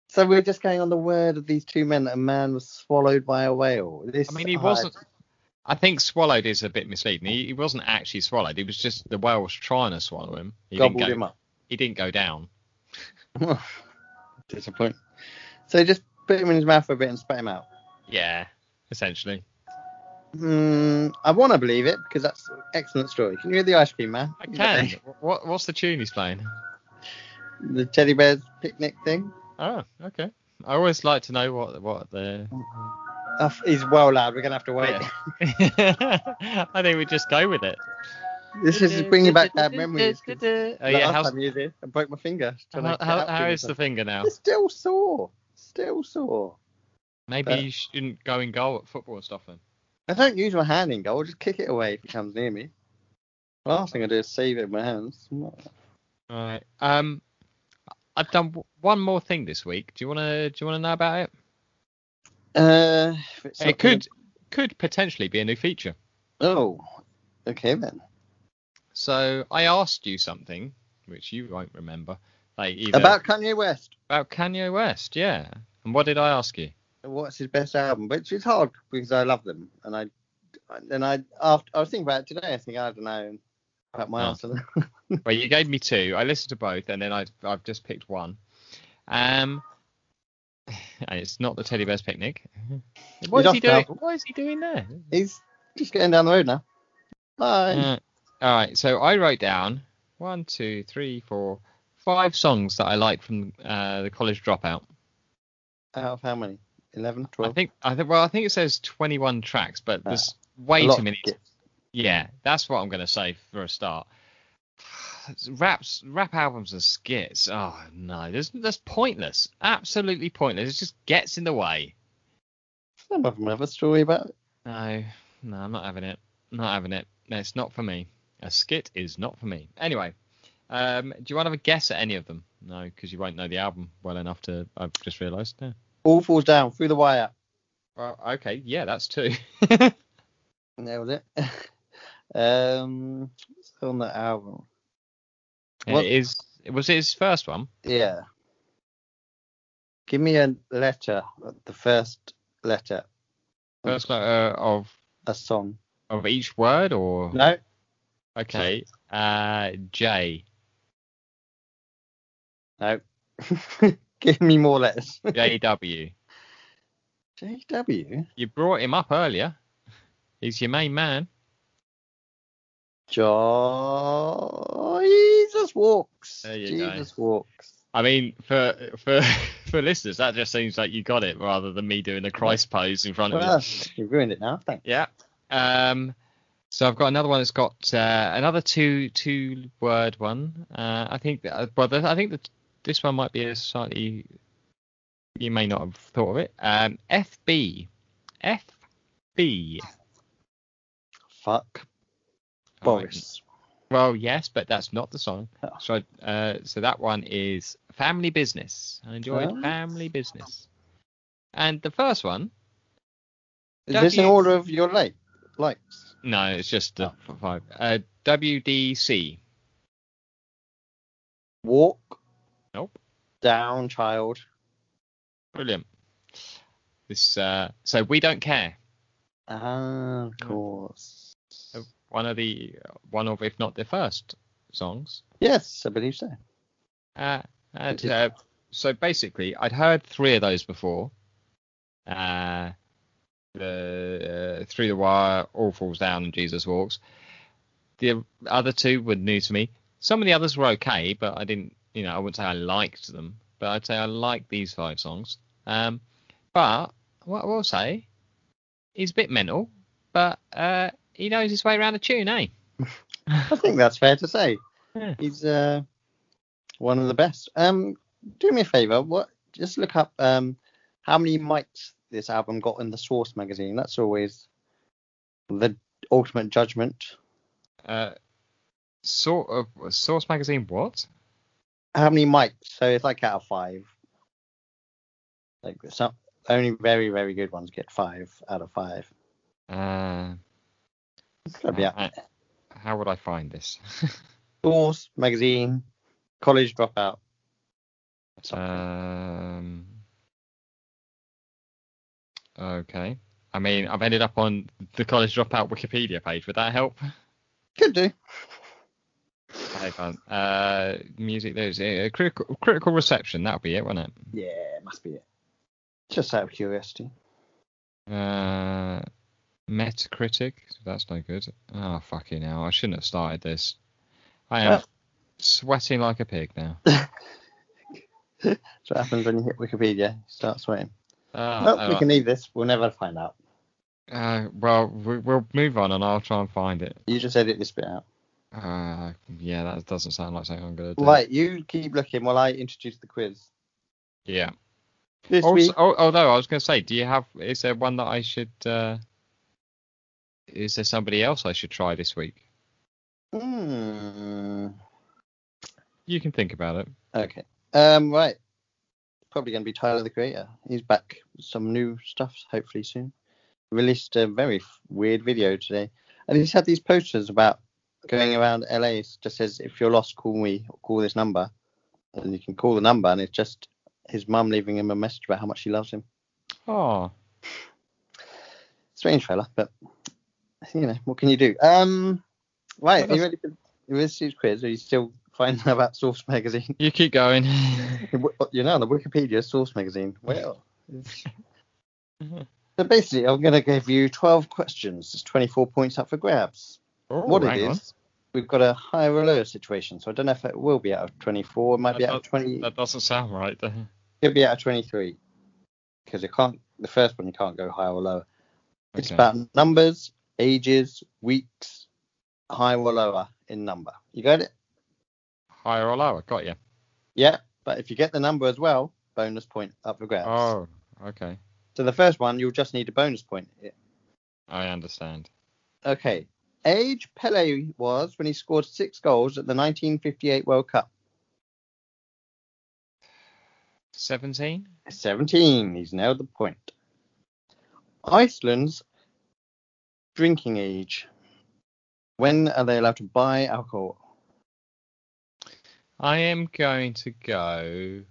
A: So we're just going on the word of these two men that a man was swallowed by a whale. This
B: I mean, he
A: I-
B: wasn't. I think swallowed is a bit misleading. He, he wasn't actually swallowed. He was just the whale was trying to swallow him. He didn't
A: gobbled
B: go,
A: him up.
B: He didn't go down.
A: Disappointing. So he just put him in his mouth for a bit and spat him out.
B: Yeah, essentially.
A: Hmm, I want to believe it because that's an excellent story. Can you hear the ice cream man?
B: I can. [laughs] what, what's the tune he's playing?
A: The teddy bear's picnic thing.
B: Oh, okay. I always like to know what what the.
A: Oh, he's well loud. We're gonna have to wait.
B: Yeah. [laughs] I think we just go with it.
A: [laughs] This is bringing back bad memories. 'cause
B: [laughs] Oh
A: last
B: yeah, how's,
A: time you did, I broke my finger. trying
B: how,
A: to
B: how,
A: cut out
B: how
A: with
B: is the
A: myself.
B: finger now?
A: [laughs] It's still sore. Still sore.
B: Maybe
A: but-
B: you shouldn't go and goal at football and stuff then.
A: I don't use my hand in goal. I just kick it away if it comes near me. Last thing I do is save it in my hands.
B: All right. Um, I've done w- one more thing this week. Do you wanna do you wanna know about it?
A: Uh, if it's
B: it
A: not gonna-
B: could could potentially be a new feature.
A: Oh, okay then.
B: So I asked you something which you won't remember, like either
A: About Kanye West.
B: about Kanye West. Yeah. And what did I ask you?
A: what's his best album, which is hard because I love them, and I and I after I was thinking about it today. I think I don't know about my
B: Oh.
A: answer. [laughs]
B: Well, you gave me two. I listened to both, and then I, I've just picked one. Um, [laughs] and it's not the Teddy Bear's Picnic. What is
A: lost
B: he doing?
A: out.
B: What is he doing there?
A: He's just getting down the road now. Bye.
B: Uh, all right. So I wrote down one, two, three, four, five songs that I like from uh, the College Dropout.
A: Out of how many? 11,
B: I
A: 12?
B: think. I think. Well, I think it says 21 tracks, but
A: Ah,
B: there's
A: A
B: way
A: lot
B: too many.
A: to get.
B: Yeah, that's what I'm gonna say for a start. [sighs] Raps, rap albums and skits. Oh no, that's, that's pointless. Absolutely pointless. It just gets in the way.
A: Some of them have a story about it.
B: No, no, I'm not having it. Not having it. No, it's not for me. A skit is not for me. Anyway, um, do you want to have a guess at any of them? No, because you won't know the album well enough to. I've just realised. Yeah.
A: All falls down through the wire.
B: Well, okay, yeah, that's [laughs] two.
A: And That was it. [laughs] um, what's on the album. What-
B: it is. Was it his first one?
A: Yeah. Give me a letter. The first letter.
B: First letter of
A: A song.
B: of each word, or
A: No.
B: Okay. Uh, J.
A: No. [laughs] Give me more letters. [laughs]
B: JW.
A: JW?
B: you brought him up earlier. He's your main man.
A: Jo- Jesus walks.
B: There you go.
A: Jesus walks.
B: I mean, for for [laughs] for listeners, that just seems like you got it rather than me doing the Christ pose in front of
A: Well,
B: you.
A: you ruined it now. Thanks.
B: Yeah. Um. So I've got another one that's got uh, another two two word one. Uh, I think that, well, the, I think that this one might be a slightly you may not have thought of it. Um, FB, FB.
A: Fuck Boris.
B: Well, yes, but that's not the song.
A: Oh.
B: So, I, uh, so that one is Family Business. I enjoyed
A: Oh.
B: Family Business. And the first one,
A: Is this in
B: W-
A: order of Oh. your late likes?
B: no, it's just the f- five. Uh, WDC.
A: Walk
B: Nope.
A: down, child.
B: Brilliant. This. Uh, so we don't care.
A: Ah, of course.
B: One of the one of if not the first songs.
A: Yes, I believe so.
B: Uh, and,
A: It is-
B: uh, so basically, I'd heard three of those before. Uh, the uh, through the wire, all falls down, and Jesus walks. The other two were new to me. Some of the others were okay, but I didn't, you know, I wouldn't say I liked them, but I'd say I like these five songs. Um, but what I will say, he's a bit mental, but uh, he knows his way around a tune, eh?
A: I think that's fair to [laughs] say.
B: Yeah.
A: He's uh, one of the best. Um, do me a favor, what? Just look up um, how many mics this album got in the Source magazine. That's always the ultimate judgment.
B: Uh, sort of Source magazine. What?
A: How many mics? So it's like out of five. Like some only very very good ones get five out of five.
B: Uh,
A: It's gotta be out.
B: uh, how would I find this?
A: Source magazine, college dropout. Something.
B: um, okay. I mean, I've ended up on the college dropout Wikipedia page. Would that
A: [laughs]
B: help?
A: Could do.
B: I can't. Uh, music. There's uh, critical critical reception. That'll be it, won't it?
A: Yeah, must be it. Just out of curiosity.
B: Uh, Metacritic. That's no good. Oh fucking hell! I shouldn't have started this. I am
A: Well-
B: sweating like a pig now.
A: That's what happens when you hit Wikipedia. You start sweating.
B: Uh,
A: Nope,
B: all
A: we
B: right.
A: can leave this. [laughs] We'll never find out.
B: Uh, well, we, we'll move on, and I'll try and find it.
A: You just edit this bit out.
B: Uh, yeah, that doesn't sound like something I'm gonna do.
A: Right, you keep looking while I introduce the quiz.
B: Yeah.
A: This
B: Also, uh,
A: week,
B: al- although I was gonna say, do you have? Is there one that I should? Uh, is there somebody else I should try this week?
A: Hmm,
B: You can think about it.
A: okay. Um, right. Probably going to be Tyler the Creator. He's back with some new stuff, hopefully soon. Released a very f- weird video today, and he's had these posters about going around LA. It just says, "If you're lost, call me. Or call this number," and you can call the number, and it's just his mum leaving him a message about how much she loves him.
B: Oh,
A: strange fella, but you know what can you do? Um, right,
B: Well,
A: are you ready for this week's quiz? Are you still finding out about Source Magazine? [laughs]
B: you keep going.
A: You're now on the Wikipedia Source Magazine. Well. it's-
B: Mm-hmm.
A: So basically, I'm going to give you 12 questions. There's 24 points up for grabs.
B: Oh,
A: what it
B: hang on.
A: is, we've got a higher or lower situation. So I don't know if it will be out of 24. It might be
B: That
A: out of 20.
B: That doesn't sound right.
A: Could be out of 23 because you can't. The first one you can't go higher or lower. It's
B: Okay.
A: about numbers, ages, weeks, higher or lower in number. You got it?
B: higher or lower. Got you.
A: Yeah. But if you get the number as well, bonus point up for grabs.
B: Oh, okay.
A: So the first one, you'll just need a bonus point.
B: I understand.
A: Okay. Age Pele was when he scored six goals at the 1958 World Cup.
B: 17?
A: 17. He's nailed the point. Iceland's drinking age. When are they allowed to buy alcohol?
B: I am going to go.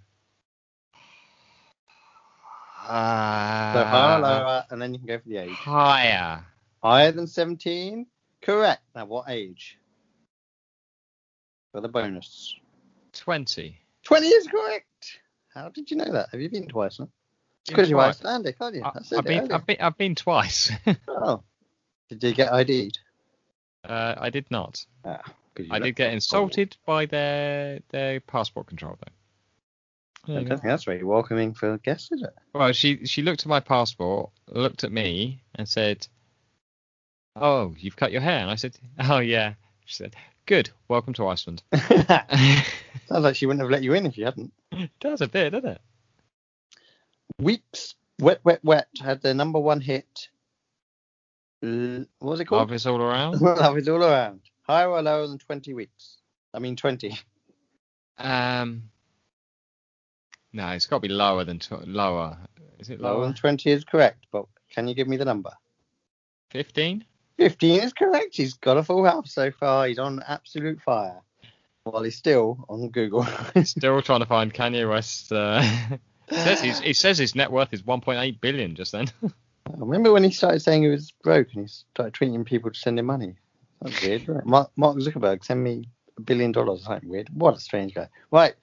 A: So higher,
B: Uh,
A: lower, and then you can go for the age.
B: higher.
A: Higher than 17? Correct. Now, what age? For the bonus.
B: 20.
A: 20 is correct. How did you know that? Have you been to Iceland? It's
B: Been
A: because you're
B: twice.
A: Icelandic, aren't you?
B: I,
A: I said
B: have
A: it
B: been,
A: earlier.
B: I've been, I've been twice. [laughs]
A: Oh. Did you get ID'd?
B: uh, I did not.
A: 'Cause you
B: I
A: look
B: did get
A: like-
B: insulted by their their passport control though.
A: I
B: There
A: don't
B: you go.
A: think that's very welcoming for guests, is it?
B: Well, she she looked at my passport, looked at me, and said, "Oh, you've cut your hair." And I said, "Oh yeah." She said, "Good, welcome to Iceland." [laughs]
A: [laughs] Sounds
B: Does
A: like she wouldn't have let you in if you hadn't.
B: a bit, doesn't it?
A: Weeks, Wet, Wet, Wet had their number one hit. L- What was it called?
B: Love is all
A: [laughs]
B: around.
A: Love is all around. Higher or lower than 20 weeks? I mean, 20.
B: Um, no, it's got to be lower than tw- lower. Is it
A: Lower
B: lower?
A: than 20 is correct, but can you give me the number?
B: Fifteen?
A: 15 is correct. He's got a full house so far. He's on absolute fire. While he's still on Google.
B: Still trying to find Kanye West. Uh, [laughs] says his, he says his net worth is 1.8 billion just then.
A: I remember when he started saying he was broke and he started tweeting people to send him money. That's weird. isn't it? Mark, Mark Zuckerberg send me a billion dollars. That's weird. What a strange guy. Right.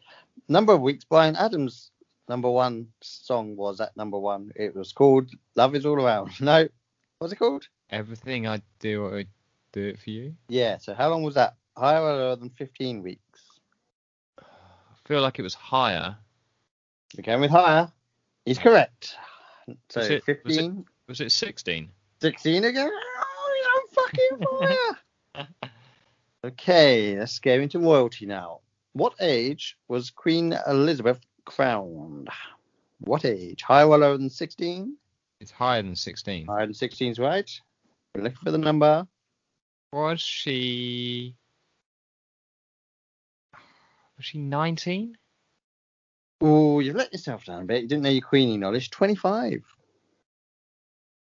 A: Number of weeks. Brian Adams' number one song was at number one. It was called Love Is All Around. [laughs] No. What's it called?
B: Everything I do, I do it for you.
A: Yeah. So how long was that? Higher or lower than 15 weeks?
B: I feel like it was higher.
A: We're going with higher. He's correct. So
B: Was it- was it-
A: 15,
B: Was it 16?
A: 16 again. Oh, Fucking fire!
B: [laughs]
A: okay, let's go into royalty now. What age was Queen Elizabeth crowned? What age? Higher or lower than 16?
B: It's higher than 16.
A: Higher than 16 is right. We're looking for the number.
B: Was she. Was she 19?
A: Oh, you've let yourself down a bit. You didn't know your queenie knowledge. 25.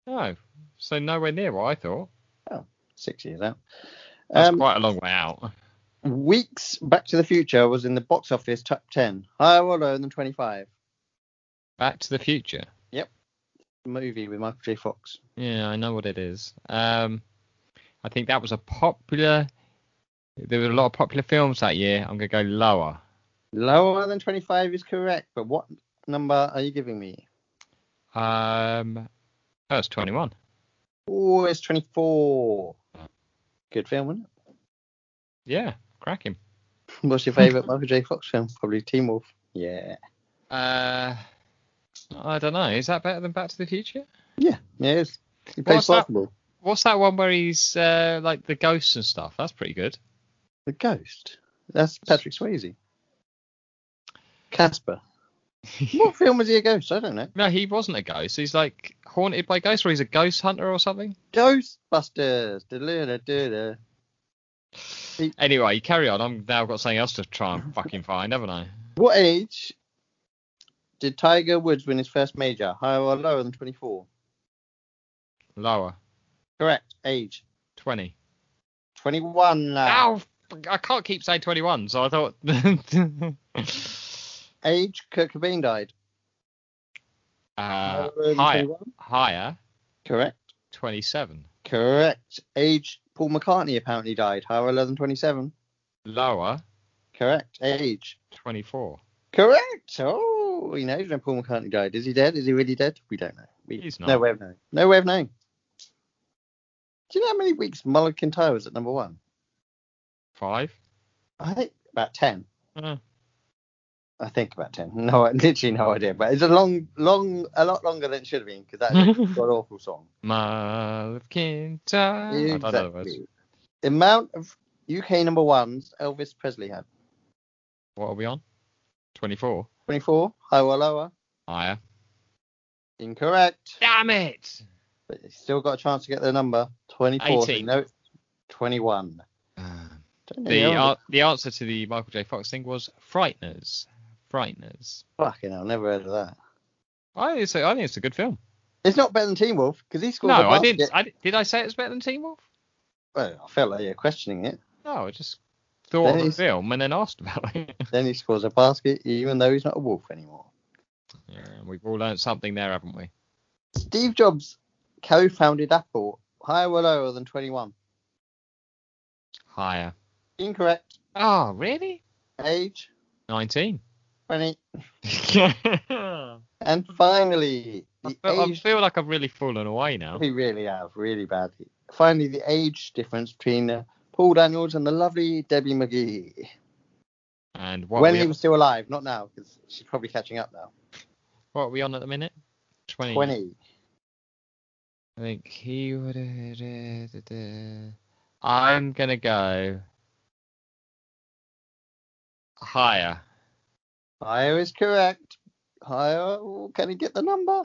B: No. So nowhere near what I thought.
A: Six years out.
B: That's
A: Um,
B: quite a long way out.
A: Weeks Back to the Future was in the box office top 10. Higher or lower than 25?
B: Back to the future.
A: Movie with Michael J. Fox.
B: Yeah, I know what it is. Um, I think that was a popular. There were a lot of popular films that year. I'm gonna go lower.
A: Lower than 25 is correct, but what number are you giving me?
B: Um, that was 21.
A: Oh, it's 24. Good film, wasn't it?
B: Yeah, cracking.
A: [laughs] What's your favourite Michael J. Fox film? Probably Team Wolf. Yeah.
B: Uh, I don't know. Is that better than Back to the Future?
A: Yeah, yeah, it is. He plays
B: What's that?
A: basketball.
B: What's that one where he's uh, like the ghosts and stuff? That's pretty good.
A: The Ghost. That's Patrick Swayze.
B: [laughs]
A: Casper. What film was he a ghost? I don't know.
B: no, he wasn't a ghost. He's like haunted by ghosts, or he's a ghost hunter or something.
A: Ghostbusters. Da-da-da-da-da.
B: Anyway, carry on. I'm now got something else to try and fucking find, haven't I?
A: What age did Tiger Woods win his first major? Higher or lower than 24?
B: Lower,
A: Correct. Age
B: 20.
A: 21. lad.
B: Ow! f- I can't keep saying 21, so I thought. [laughs]
A: Age Kurt Cobain died. Higher
B: uh,
A: than
B: higher,
A: 21?
B: higher,
A: Correct.
B: 27.
A: Correct. Age Paul McCartney apparently died. Higher or lower than 27?
B: Lower,
A: Correct. Age
B: 24.
A: Correct. Oh, he knows when Paul McCartney died. Is he dead? Is he really dead? We don't know. We,
B: He's
A: No
B: not.
A: way of knowing. No way of knowing. Do you know how many weeks Mullah Kintyre was at number one?
B: Five.
A: I think about 10.
B: Uh,
A: I think about 10. [laughs] No, I- literally no idea. But it's a long, long, a lot longer than it should have been because that's
B: [laughs]
A: a god awful song.
B: Mile of Kintyre. I don't know the
A: Mm.
B: words.
A: Exactly. The amount of UK number ones Elvis Presley had.
B: What are we on? 24.
A: 24, higher or lower?
B: Higher.
A: Incorrect.
B: Damn it!
A: But you still got a chance to get the number 24. So
B: 18.
A: no, 21. Don't know
B: Uh, The,
A: how
B: an- the answer to the Michael J. Fox thing was Frighteners. Frighteners.
A: the- Fucking hell, never heard of that.
B: I think it's a, I think it's a good film.
A: It's not better than Teen Wolf because he scored
B: No,
A: a
B: I
A: basket.
B: didn't. I, di- did I say it was better than Teen Wolf?
A: Well, I felt like you're questioning
B: [laughs]
A: it.
B: No, I just thought of
A: There
B: the
A: is-
B: film and then asked about it. [laughs]
A: Then he scores a basket, even though he's not a wolf anymore.
B: yeah, we've all learned something there, haven't we?
A: Steve Jobs co-founded Apple. Higher or lower than 21?
B: Higher.
A: Incorrect.
B: Oh, really?
A: Age
B: [laughs] 19.
A: 20.
B: I,
A: And finally, the
B: feel, I
A: age.
B: feel like I've really fallen away now.
A: We really have, really badly. Finally, the age difference between uh, Paul Daniels and the lovely Debbie McGee.
B: And what
A: when
B: we
A: he was still alive, not now, because she's probably catching up now.
B: What are we on at the minute? 20.
A: 20.
B: I think he would. I'm gonna go higher.
A: Higher is correct. Higher, can he get the number?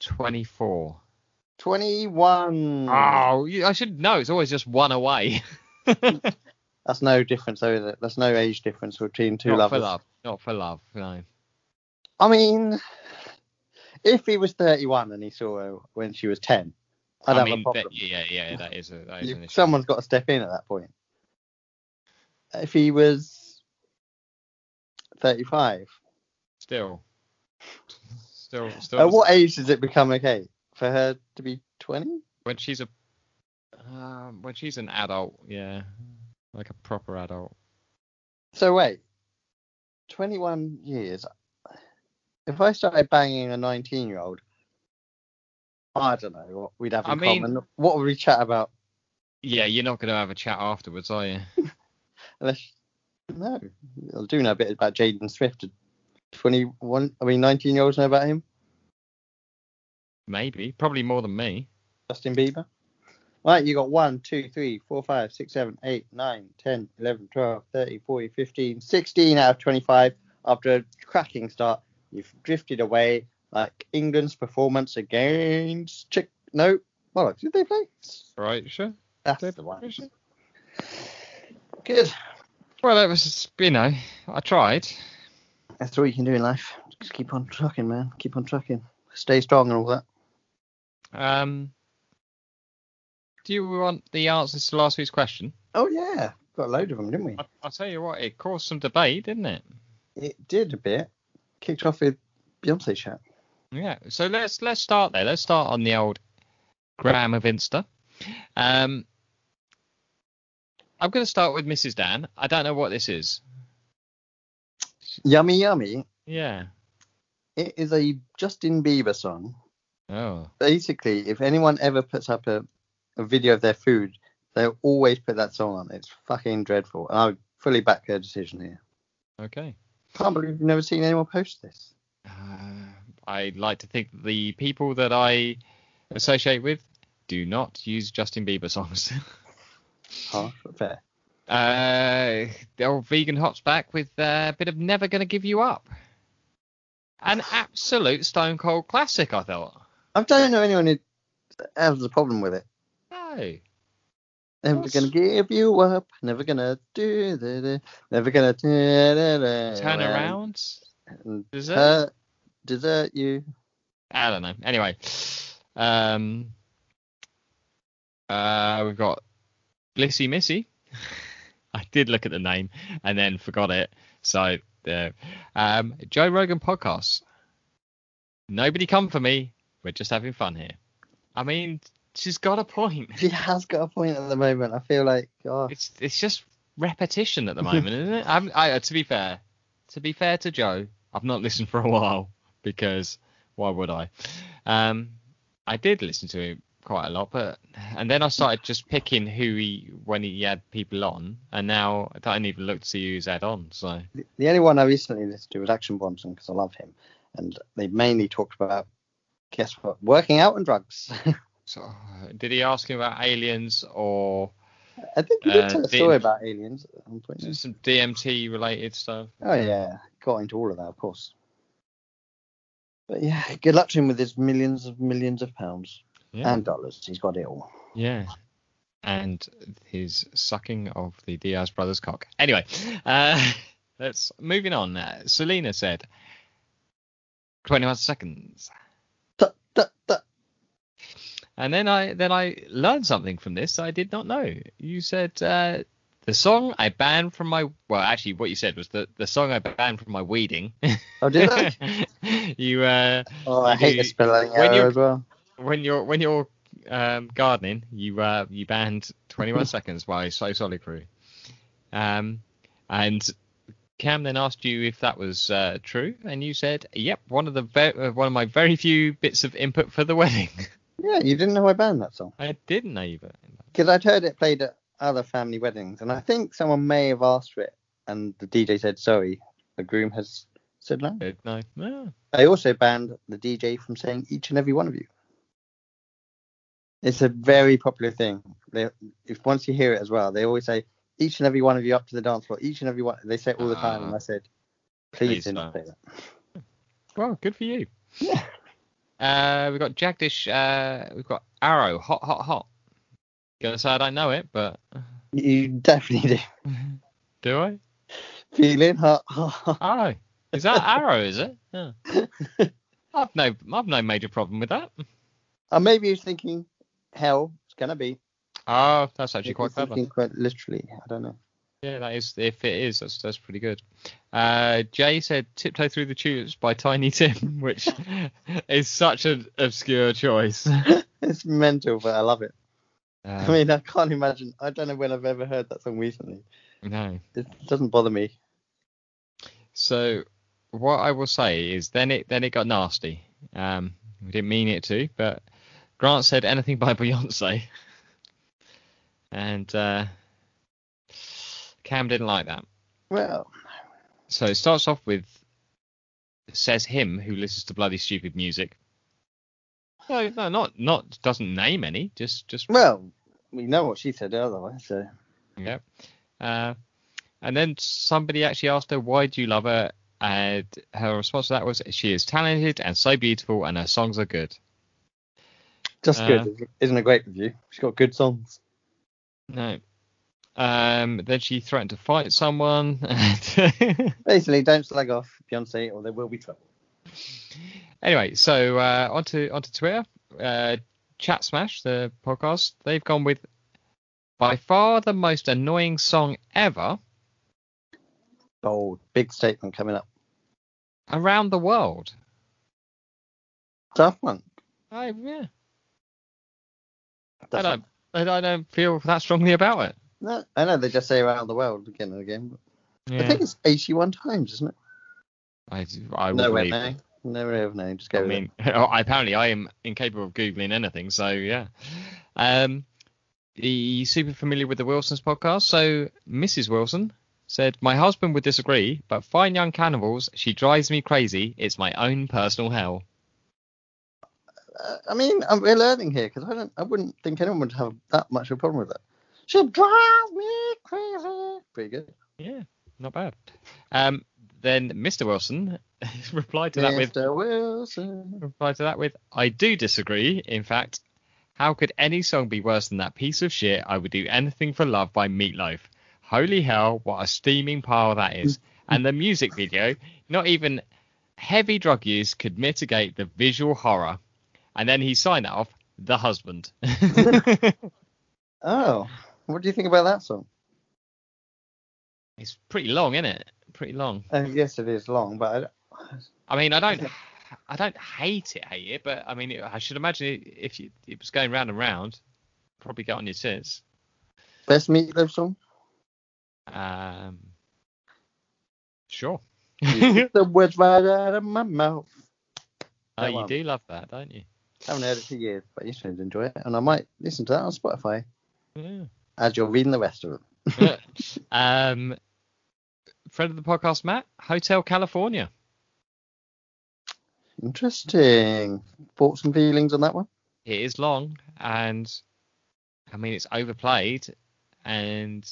B: 24.
A: 21.
B: Oh, you, I should know. It's always just one away. [laughs]
A: That's no difference, though, is it? That's no age difference between two
B: Not
A: lovers.
B: for love. Not for love. No.
A: I mean, if he was 31 and he saw her when she was 10, I'd have
B: mean,
A: a problem.
B: That, yeah, yeah, that is a, that is an
A: You,
B: issue.
A: someone's got to step in at that point. If he was 35,
B: Still. Still. Still.
A: at Uh, what age does it become okay for her to be 20?
B: When she's a. Um, when she's an adult, yeah, like a proper adult.
A: So wait, 21 years. If I started banging a 19 year old, I don't know what we'd have in
B: I mean-
A: common. What would we chat about?
B: Yeah, you're not gonna have a chat afterwards, are you?
A: Unless no, I do know a bit about Jaden Swift. Did 21, I mean 19 year olds know about him.
B: Maybe, probably more than me.
A: Justin Bieber. Right, you got 1, 2, 3, 4, 5, 6, 7, 8, 9, 10, 11, 12, 13, 14, 15, 16 out of 25. After a cracking start, you've drifted away like England's performance against Chick. No, Morocco. Did they play?
B: Right, sure.
A: That's
B: Did
A: the
B: they
A: one.
B: finish it?
A: Good.
B: Well, that was, you know, I tried.
A: That's all you can do in life. Just keep on trucking, man. Keep on trucking. Stay strong and all that.
B: Um, do you want the answers to last week's question?
A: Oh, yeah. Got a load of them, didn't we?
B: I, I'll tell you what, it caused some debate, didn't it?
A: It did a bit. Kicked off with Beyonce chat.
B: Yeah. So let's let's start there. Let's start on the old gram of Insta. Um, I'm going to start with Mrs. Dan. I don't know what this is.
A: Yummy Yummy.
B: Yeah.
A: It is a Justin Bieber song.
B: Oh.
A: Basically, if anyone ever puts up a, a video of their food, they'll always put that song on. It's fucking dreadful. And I would fully back their decision here.
B: Okay.
A: Can't believe you've never seen anyone post this.
B: Uh, I like to think the people that I associate with do not use Justin Bieber songs. [laughs]
A: Harsh but fair.
B: uh, the old vegan hops back with uh, a bit of "Never Gonna Give You Up," an absolute stone cold classic. I thought.
A: I don't know anyone who has a problem with it.
B: No.
A: Never
B: What's-
A: gonna give you up. Never gonna do da, da, Never gonna do, da, da,
B: Turn around.
A: and
B: Is it?
A: hurt, desert you. [laughs]
B: I don't know. Anyway, um, uh, we've got Blissy Missy. [laughs] I did look at the name and then forgot it. So there. Um, Joe Rogan podcast. Nobody come for me. We're just having fun here. I mean, she's got a point.
A: She has got a point at the moment. I feel like oh,
B: It's it's just repetition at the moment, isn't it? I'm, I, to be fair, to be fair to Joe, I've not listened for a [laughs] while because why would I? Um, I did listen to him quite a lot, but and then I started just picking who he when he had people on, and now I don't even look to see who's had on. So
A: the only one I recently listened to was Action Bronson because I love him, and they mainly talked about guess what, working out and drugs. [laughs]
B: so did he ask him about aliens or
A: I think you did
B: Uh,
A: tell a
B: the-
A: story about aliens at one point. didn't
B: some DMT related stuff?
A: you? Oh yeah, got into all of that, of course. But yeah, good luck to him with his millions of millions of pounds
B: Yeah.
A: and dollars. He's got it all.
B: Yeah. And his sucking of the Diaz brothers' cock. Anyway, uh, [laughs] let's moving on. Uh, Selena said, "21 seconds."
A: Da, da, da.
B: And then I then I learned something from this I did not know. You said uh, the song I banned from my well, actually, what you said was that the song I banned from my weeding.
A: Oh, did I?
B: [laughs] you uh,
A: Oh, I
B: You
A: hate
B: do-
A: the spelling
B: when
A: error
B: you-
A: as well.
B: when you're when you're um, gardening, you uh, you banned 21 Seconds by So Solid Crew, um, and Cam then asked you if that was uh, true, and you said, "Yep, one of the ve- uh, one of my very few bits of input for the [laughs] wedding."
A: Yeah, you didn't know I banned that song
B: I didn't know you banned that.
A: because I'd heard it played at other family weddings, and I think someone may have asked for it, and the DJ said sorry. The groom has said no.
B: Good, No, no.
A: They also banned the DJ from saying each and every one of you. It's a very popular thing. They, if once you hear it as well, they always say each and every one of you up to the dance floor. Each and every one. They say it all the time, and I said, please,
B: Ah. Please
A: do
B: don't.
A: not say that.
B: Well, good for you.
A: Yeah.
B: Uh, we've got Jagdish. Uh, we've got Arrow. Hot, hot, hot. Gonna say I don't know it, but
A: You definitely do. [laughs]
B: do I?
A: Feeling hot. [laughs]
B: Oh, is that [laughs] Arrow? Is it? [laughs] Yeah. I've no, I've no major problem with that.
A: Or maybe he's thinking, hell, it's gonna be.
B: Oh, that's actually
A: Maybe
B: quite
A: he's
B: clever.
A: thinking Quite literally, I don't know.
B: Yeah, that is. If it is, that's that's pretty good. Uh, Jay said "Tiptoe Through the Tulips" by Tiny
A: [laughs]
B: Tim, [laughs] which is such an obscure choice.
A: It's mental, but I love it. I
B: Uh,
A: mean, I can't imagine. I don't know when I've ever heard that song recently.
B: Uh, no.
A: It doesn't bother me.
B: So what I will say is, then it then it got nasty. Um, we didn't mean it to, but Grant said anything by [laughs] Beyonce, and uh, Cam didn't like that.
A: Well,
B: So it starts off with says him who listens to bloody stupid music. No, no, not not doesn't name any. Just just
A: well, we know what she said otherwise. So
B: Yep. Uh, and then somebody actually asked her, "Why do you love her?" And her response to that was, "She is talented and so beautiful, and her songs are good."
A: just
B: Uh,
A: good, isn't a great review. She's got good songs.
B: No. Um, then she threatened to fight someone. [laughs] and-
A: Basically, don't slag off Beyonce or there will be trouble.
B: anyway, so uh, onto onto Twitter. Uh, Chat Smash, the podcast, they've gone with by far the most annoying song ever
A: Bold, big statement coming up.
B: around the world.
A: Daft Punk.
B: I Oh, yeah, I
A: Daft
B: don't, I don't- I don't feel that strongly about it.
A: No, I know they just say around the world again and again. But I
B: Yeah.
A: think it's 81 times, isn't it?
B: I, I would
A: no way,
B: believe it.
A: no. No way of knowing. Just go
B: I
A: with
B: mean, [laughs] oh, apparently I am incapable of googling anything, so yeah. Um, you super familiar with the Wilsons podcast? So Mrs. Wilson said, "My husband would disagree, but fine young cannibals, she drives me crazy. It's my own personal hell."
A: it. Uh, I mean, I'm, we're learning here because I don't. I wouldn't think anyone would have that much of a problem with that. She drives me crazy. Pretty good.
B: Yeah, not bad. Um, then Mr. Wilson [laughs] replied to that with,
A: Mr. Wilson.
B: replied to that with, "I do disagree. In fact, how could any song be worse than that piece of shit? I would do anything for love by Meatloaf. Holy hell, what a steaming pile that is! And the music video, not even heavy drug use could mitigate the visual horror. And then he signed that off, the husband.
A: Oh, what do you think about that song?
B: it's pretty long, isn't it? Pretty long.
A: Uh, yes, it is long, but I don't-
B: I mean, I don't, I don't hate it, hate it, but I mean, it, I should imagine it, if you, it was going round and round, probably get on your tits.
A: best meatloaf
B: [laughs]
A: song.
B: Um,
A: [laughs]
B: sure.
A: You took the words right out of my mouth.
B: Oh,
A: That
B: you
A: one.
B: do love that, don't you?
A: Haven't heard it for years, but you should enjoy it, and I might listen to that on Spotify
B: Yeah.
A: as you're reading the rest of it.
B: [laughs] um, friend of the podcast, Matt, Hotel California.
A: Interesting. Thoughts and feelings on that one?
B: It is long, and I mean it's overplayed, and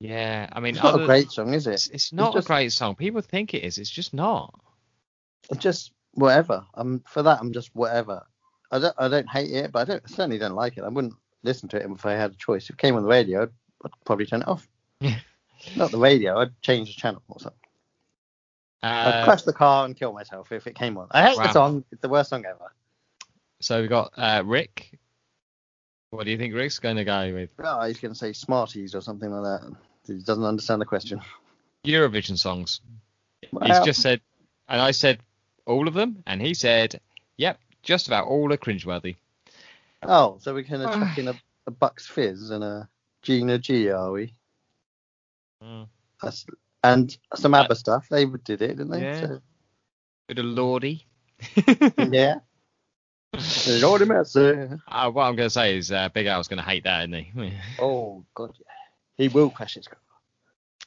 B: yeah, I mean
A: It's not
B: other-
A: a great song, is
B: It's,
A: it?
B: it's not
A: just-
B: a great song. People think it is. It's just not.
A: It's just whatever. I'm for that. I'm just whatever. I don't. I don't hate it, but I don't certainly don't like it. I wouldn't listen to it if I had a choice. If it came on the radio, I'd, I'd probably turn it
B: [laughs]
A: off. not the radio. I'd change the channel or something. I'd
B: Uh,
A: crash the car and kill myself if it came on. I hate
B: Wow.
A: the song. It's the worst song ever.
B: so we got uh, Rick. What do you think Rick's going to go with?
A: Oh, he's gonna say Smarties or something like that. He doesn't understand the question.
B: Eurovision songs. [laughs] He's
A: Well-
B: just said, and I said all of them, and he said, "Yep, just about all are cringeworthy."
A: Oh, so we're gonna chuck in a, a Bucks Fizz and a Gina G, are we? That's, and some ABBA stuff. They did it, didn't they?
B: Yeah.
A: So-
B: Bit of Lordy.
A: yeah. They all the mess, uh,
B: Uh, what I'm going to say is, uh, Big Al's going to hate that, isn't he? [laughs]
A: Oh god, yeah. He will crash his car.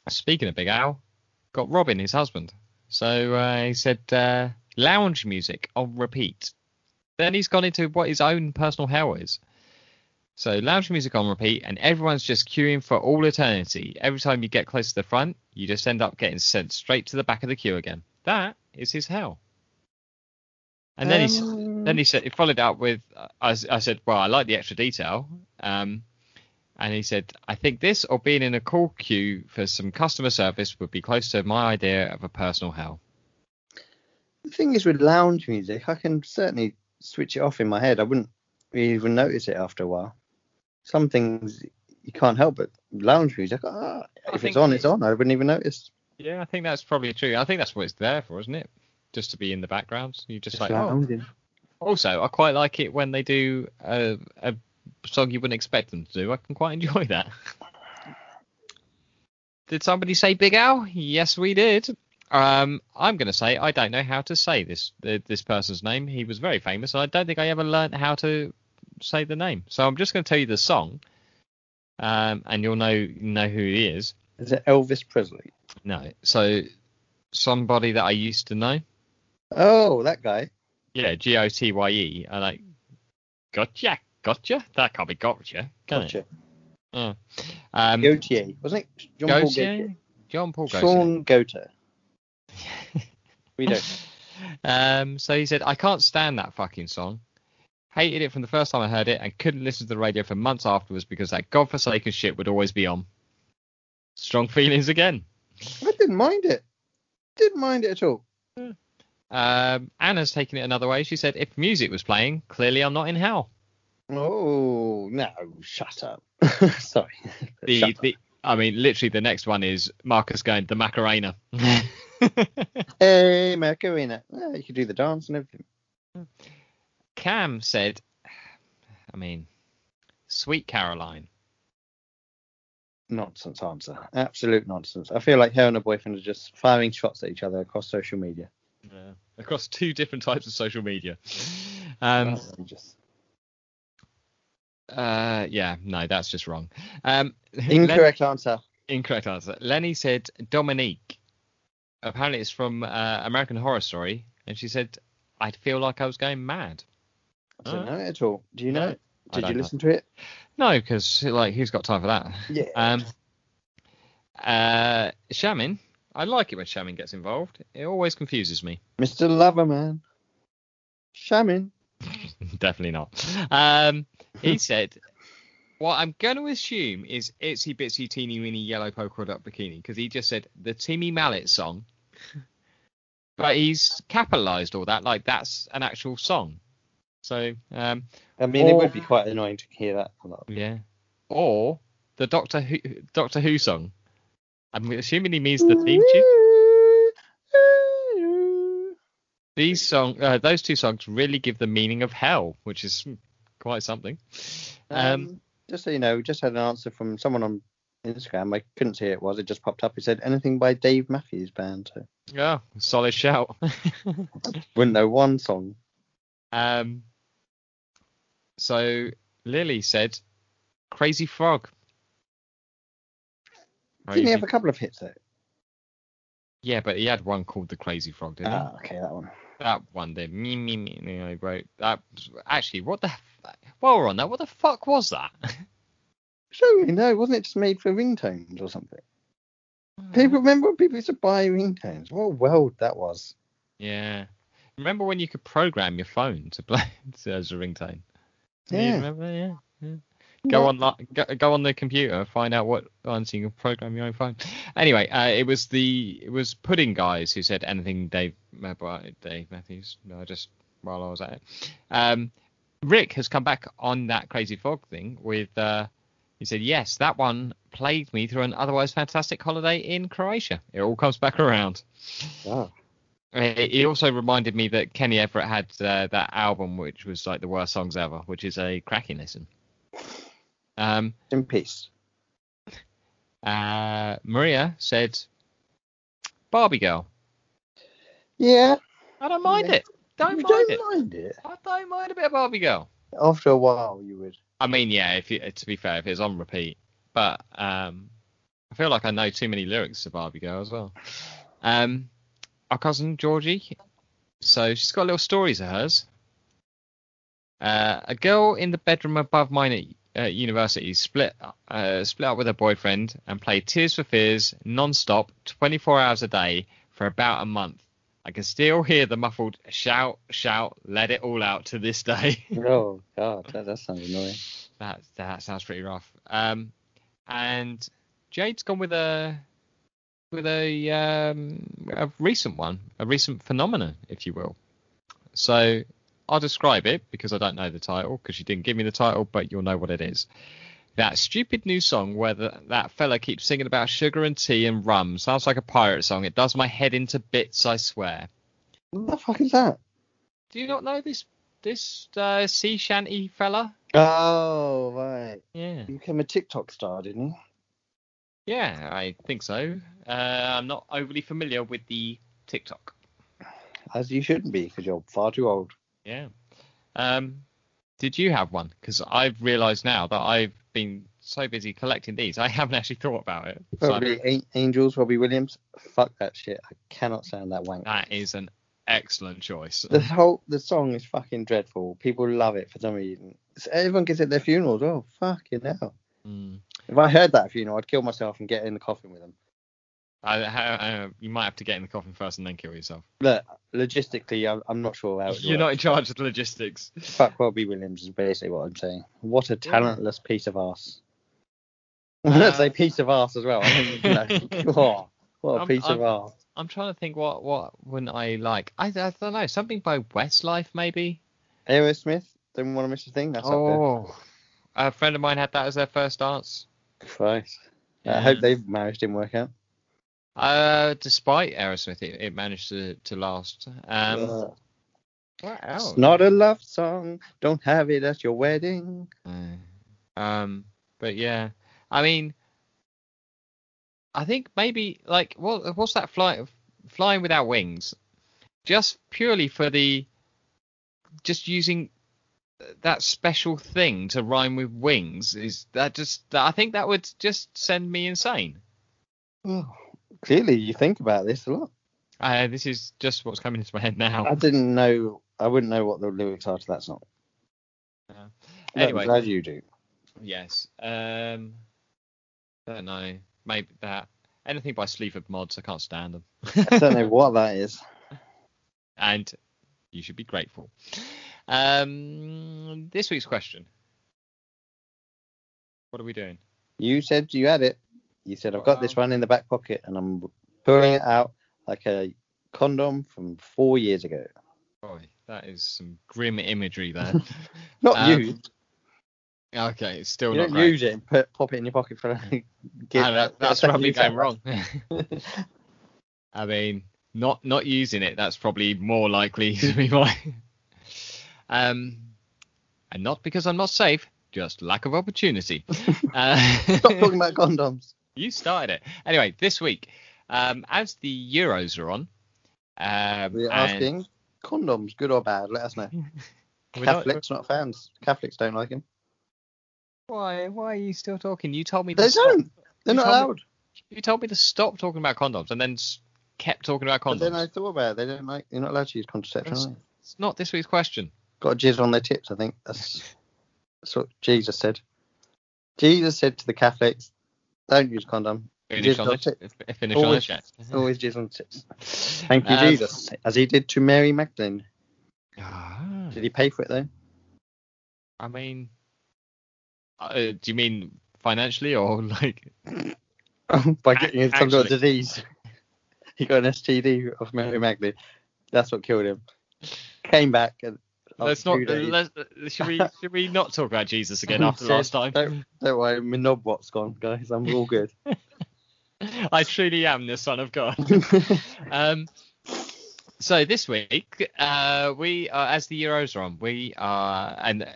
B: Speaking of Big Al, got Robin, his husband. So uh, he said uh, lounge music on repeat. Then he's gone into what his own personal hell is. So lounge music on repeat, and everyone's just queuing for all eternity. Every time you get close to the front, you just end up getting sent straight to the back of the queue again. That is his hell. And then he's
A: Um,
B: then he said he followed up with uh, I, s- I said well i like the extra detail um and he said i think this or being in a call queue for some customer service would be close to my idea of a personal hell
A: the thing is with lounge music, I can certainly switch it off in my head. I wouldn't even notice it after a while. Some things you can't help but lounge music. Ah,
B: I
A: if
B: think
A: it's on,
B: it-
A: it's on. I wouldn't even notice.
B: yeah i think that's probably true i think that's what it's there for isn't it just to be in the background you just
A: It's
B: like oh.
A: lounging.
B: also i quite like it when they do a, a song you wouldn't expect them to do i can quite enjoy that did somebody say big owl yes we did um, I'm going to say I don't know how to say this th- this person's name. He was very famous, and I don't think I ever learned how to say the name. So I'm just going to tell you the song, um, and you'll know know who he is.
A: Is it Elvis Presley?
B: No, so somebody that I used to know.
A: Oh, that guy.
B: Yeah, G O T Y E. I like gotcha, Gotcha? That can't be gotcha, can
A: Gotcha.
B: it? Oh. Um,
A: Gautier, wasn't it? John Paul
B: Gautier? John Paul
A: Gautier.
B: Gautier.
A: Sean
B: [laughs]
A: Gautier. We don't. know.
B: Um, so he said, I can't stand that fucking song. Hated it from the first time I heard it and couldn't listen to the radio for months afterwards because that godforsaken shit would always be on. Strong feelings again.
A: I didn't mind it. Didn't mind it at all.
B: Um, Anna's taken it another way. She said, if music was playing, clearly I'm not in hell.
A: Oh no! Shut up. [laughs] Sorry.
B: The,
A: Shut up.
B: the, I mean, literally the next one is Marcus going,
A: [laughs]
B: the Macarena.
A: Hey, Macarena. Yeah, you could do the dance and everything.
B: Cam said, I mean, Sweet Caroline.
A: Nonsense answer. Absolute nonsense. I feel like her and her boyfriend are just firing shots at each other across social media.
B: Across two different types of social [laughs] media. Um,
A: That's outrageous.
B: Uh, yeah, no, that's just wrong. Um, [laughs] Len-
A: Incorrect answer.
B: incorrect answer. Lenny said Dominique. Apparently, it's from uh, American Horror Story, and she said, "I'd feel like I was going mad."
A: I don't
B: Oh.
A: know it at all. Do you know
B: No,
A: it?
B: I
A: Did
B: don't
A: you
B: know.
A: listen to it?
B: No, because like, who's got time for that?
A: Yeah.
B: Um, uh, Shamin, I like it when Shamin gets involved. It always confuses me.
A: Mr. Loverman. Shaman.
B: [laughs] Definitely not. Um, he said, "What I'm going to assume is itsy bitsy teeny weeny yellow polka dot bikini because he just said the Timmy Mallet song, but he's capitalised all that like that's an actual song. So um,
A: I mean, it
B: Or-
A: would be quite annoying to hear that a lot.
B: yeah, or the Doctor Who Doctor Who song. I'm assuming he means the theme tune. These song, uh, those two songs really give the meaning of hell, which is quite something.
A: Um,
B: Um,
A: just so you know, we just had an answer from someone on Instagram. I couldn't see who it was. It just popped up. It said anything by Dave Matthews Band. So
B: yeah, solid shout.
A: wouldn't know one song.
B: Um, so Lily said, "Crazy Frog."
A: Didn't he
B: Crazy-
A: have a couple of hits though?
B: Yeah, but he had one called the Crazy Frog, didn't
A: Ah, okay, that one.
B: he? That one there, me me me. You know, wrote that. Actually, what the? f- While we're on that, what the fuck was that?
A: Surely no, wasn't it just made for ringtones or something?
B: Mm.
A: People remember when people used to buy ringtones. What a world that was.
B: [laughs] Yeah. Remember when you could program your phone to play [laughs] to- as a ringtone? Do you
A: Yeah.
B: remember that? Yeah. yeah. Go on, li- go, go on the computer, find out what ones you can program your own phone. Anyway, uh, it was the it was Pudding guys who said anything Dave Ma- by Dave Matthews. No, just while I was at it. Um, Rick has come back on that crazy fog thing with uh, he said yes that one plagued me through an otherwise fantastic holiday in Croatia. It all comes back around.
A: Wow.
B: It it also reminded me that Kenny Everett had uh, that album, which was like the worst songs ever, which is a cracking listen. Um,
A: In peace.
B: uh, Maria said, "Barbie Girl."
A: Yeah.
B: I don't mind it. Don't
A: you
B: mind
A: don't
B: it.
A: mind it.
B: I don't mind a bit of Barbie Girl.
A: After a while, you would.
B: I mean, yeah, if you, to be fair, if it's on repeat, but um, I feel like I know too many lyrics to Barbie Girl as well. Um, our cousin Georgie, so she's got little stories of hers. Uh, a girl in the bedroom above mine at uh, university split uh, split up with her boyfriend and played Tears for Fears non-stop, 24 hours a day for about a month. I can still hear the muffled shout, shout, let it all out to this day. [laughs]
A: Oh God, that does sound annoying.
B: That that sounds pretty rough. Um, and Jade's gone with a with a um a recent one, a recent phenomenon, if you will. So I'll describe it because I don't know the title because you didn't give me the title, but you'll know what it is. That stupid new song where the, that fella keeps singing about sugar and tea and rum sounds like a pirate song. It does my head into bits, I swear.
A: What the fuck is
B: [laughs]
A: that?
B: Do you not know this this uh, sea shanty fella?
A: Oh right.
B: Yeah.
A: You became a TikTok star, didn't you?
B: Yeah, I think so. Uh, I'm not overly familiar with the TikTok.
A: As you shouldn't be, because you're far too old.
B: Yeah. Um, did you have one? Because I've realised now that I've been so busy collecting these, I haven't actually thought about it. So
A: Oh, Probably An- Angels, Robbie Williams. Fuck that shit. I cannot stand that wank.
B: that is an
A: [laughs]
B: excellent choice.
A: The whole the song is fucking dreadful. People love it for some reason. It's- everyone gets it at their funerals. Oh fucking hell!
B: Mm.
A: If I heard that at a funeral, I'd kill myself and get in the coffin with them.
B: I, I, I, you might have to get in the coffin first and then kill yourself.
A: Look, logistically, I'm, I'm not sure how it
B: You're not in
A: works.
B: charge of the logistics.
A: Fuck Robbie Williams is basically what I'm saying. What a talentless piece of [laughs] ass.
B: Uh,
A: Let's say piece of ass as well. I think, you know, [laughs] oh, what a
B: I'm-
A: piece of
B: I'm-
A: ass.
B: I'm trying to think what what wouldn't I like. I, I don't know something by Westlife maybe.
A: Aerosmith, didn't want to miss a thing. That's up
B: oh, a friend of mine had that as their first dance.
A: there. Christ. I
B: Yeah.
A: hope their marriage didn't work out.
B: Uh, despite Aerosmith, it, it managed to to last. Um,
A: Ugh.
B: what
A: it's
B: else?
A: not a love song. Don't have it at your wedding.
B: Uh, um, but yeah, I mean, I think maybe like what what's that fly flying without wings? Just purely for the just using that special thing to rhyme with wings is that just that I think that would just send me insane.
A: Oh, clearly, you think about this a lot.
B: Uh, this is just what's coming into my head
A: I
B: now.
A: didn't know. I wouldn't know what the lyrics are to that song.
B: Yeah.
A: But
B: Anyway.
A: I'm glad you do.
B: Yes. Um, don't know. Maybe that anything by Sleaford Mods. I can't stand them.
A: I don't know what that is.
B: and you should be grateful. Um, this week's question. What are we doing?
A: You said you had it. You said I've got this one in the back pocket, and I'm pulling it out like a condom from four years ago.
B: Boy, that is some grim
A: [laughs]
B: imagery there.
A: Not
B: Um,
A: you.
B: okay, it's still
A: You
B: not
A: don't
B: great.
A: use it and put, pop it in your pocket for. Get,
B: Ah, that-
A: [laughs]
B: that's probably going wrong. I mean, not not using it. That's probably more likely [laughs] to be my. um, and not because I'm not safe, just lack of
A: [laughs]
B: opportunity. Uh,
A: Stop talking about condoms.
B: [laughs] You started it. Anyway, this week, um, as the Euros are on, um,
A: We're
B: and-
A: asking condoms, good or bad? Let us know.
B: We're not-
A: Catholics, not fans. Catholics don't like him.
B: why? Why are you still talking? You told me.
A: They
B: to stop-
A: don't. They're
B: You
A: not
B: told me-
A: allowed.
B: You told me to stop talking about condoms, and then s- kept talking about
A: But
B: condoms.
A: then I thought about it. They don't like. You're not allowed to use contraception.
B: That's-
A: are they?
B: It's not this week's question.
A: Got jizz on their tips. I think that's, that's what Jesus said. Jesus said to the Catholics, "Don't use condom.
B: Finish on
A: Jizz
B: the,
A: on
B: f- finish on the
A: Always-
B: chat.
A: [laughs] Always jizz on the tips." Thank you,
B: Um,
A: Jesus, as he did to Mary Magdalene.
B: ah,
A: Did he pay for it though?
B: I mean, uh, do you mean financially or [laughs] like?
A: [laughs] by getting him some sort of
B: actually-
A: disease. [laughs] he got an STD of Mary Magdalene. That's what killed him. Came back and
B: Let's
A: after
B: not.
A: Oh, two days-
B: Let's, uh, should we? Should we not talk about Jesus again
A: [laughs] he
B: after
A: said,
B: last time?
A: Don't, don't worry, my knob has gone, guys. I'm all good.
B: [laughs] I truly am the son
A: [laughs]
B: of God. um, so this week, uh, we are, as the Euros are on, we are, and uh,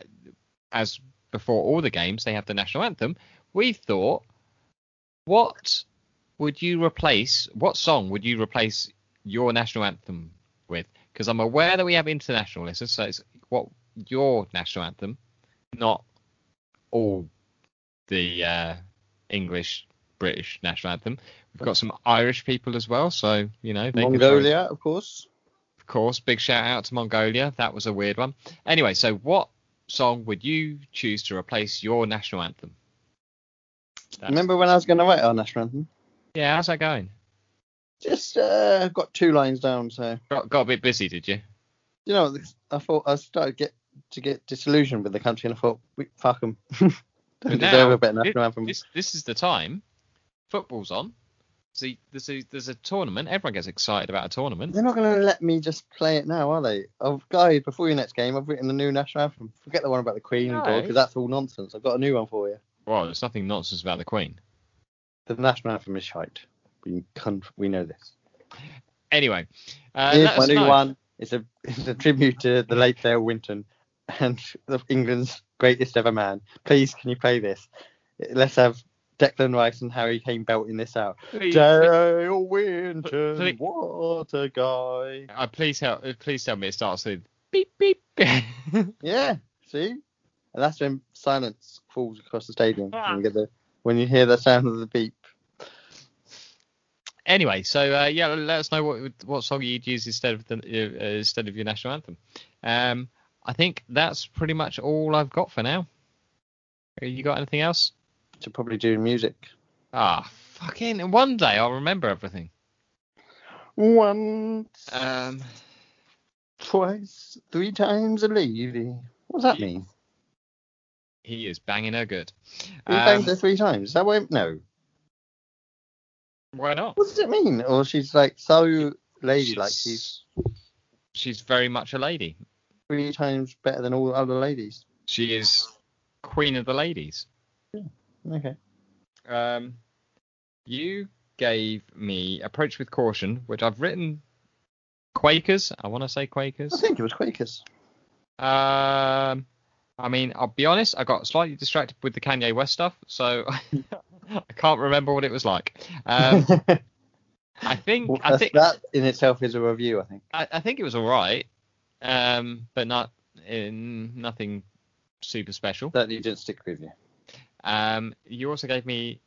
B: as before all the games, they have the national anthem. We thought, what would you replace? What song would you replace your national anthem with? Because I'm aware that we have international listeners, so it's what your national anthem, not all the uh, English British national anthem. We've got some Irish people as well, so you know they could throw-
A: Mongolia, of course.
B: of course. Big shout out to Mongolia. That was a weird one. Anyway, so what song would you choose to replace your national anthem? That's-
A: Remember when I was going to write our national anthem?
B: Yeah, how's that going?
A: Just uh, got two lines down, so
B: Got, got a bit busy, did you?
A: you know, I thought I started get to get disillusioned with the country, and I thought, we, fuck them.
B: But
A: [laughs] Don't
B: now,
A: deserve a better
B: thi-
A: national anthem.
B: This this is the time. Football's on. See, there's a, there's a tournament. Everyone gets excited about a tournament.
A: They're not going to let me just play it now, are they? I've, guys, before your next game, I've written a new national anthem. Forget the one about the Queen and
B: No.
A: because that's all nonsense. I've got a new one for you.
B: Well, there's nothing nonsense about the Queen.
A: The national anthem is shite. We can, we know this.
B: Anyway, uh,
A: Here's
B: let
A: my
B: us
A: new
B: know.
A: one. It's a it's a tribute to the late Dale Winton and [laughs] of England's greatest ever man. Please, can you play this? Let's have Declan Rice and Harry Kane belting this out.
B: Please-
A: Dale Winton,
B: Please-
A: what a guy.
B: Uh, please help. uh, Please tell me it starts with beep beep. [laughs] That's
A: Yeah, see, and that's when silence falls
B: Ah.
A: across the stadium. When, you get the, when you hear the sound of the beep,
B: Anyway, so uh, yeah, let us know what what song you'd use instead of the, uh, instead of your national anthem. Um, I think that's pretty much all I've got for now. You got anything else?
A: To probably do music.
B: Ah, fucking one day I'll remember everything.
A: Once,
B: Um,
A: twice, three times a lady. What does that mean?
B: he is banging her good.
A: He
B: Um,
A: banged her three times. Is that what? it- No.
B: why not?
A: What does it mean? Or she's like so lady, like she's
B: she's very much a lady.
A: three times better than all other ladies.
B: She is queen of the ladies.
A: Okay.
B: Um, you gave me approach with caution, which I've written Quakers. I want to say
A: I
B: Quakers.
A: think it was Quakers.
B: Um, I mean, I'll be honest. I got slightly distracted with the Kanye West stuff, so [laughs] I can't remember what it was like.
A: [laughs]
B: Um, I think
A: Well,
B: I
A: that's-
B: think
A: that in itself is a review, I think.
B: I, I think it was all right, um, but not in nothing super special.
A: That you didn't stick with you.
B: Um, you also gave me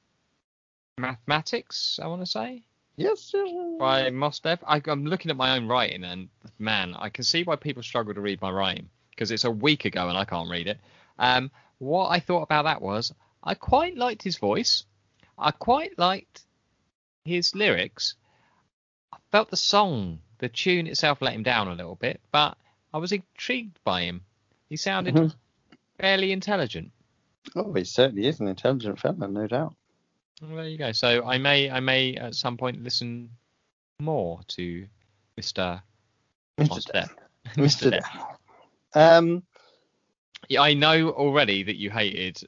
B: mathematics. I want to say
A: Yes. yes.
B: by Mosdev. I, I'm looking at my own writing, and man, I can see why people struggle to read my writing because it's a week ago and I can't read it. Um, what I thought about that was I quite liked his voice. I quite liked his lyrics. I felt the song, the tune itself, let him down a little bit, but I was intrigued by him. He sounded
A: Mhm.
B: fairly intelligent.
A: Oh, he certainly is an intelligent fellow, no doubt.
B: Well, there you go. So I may, I may at some point listen more to Mister
A: Mr.
B: [laughs]
A: Death.
B: Mister
A: Mr.
B: Death.
A: Death. Um,
B: Yeah, I know already that you hated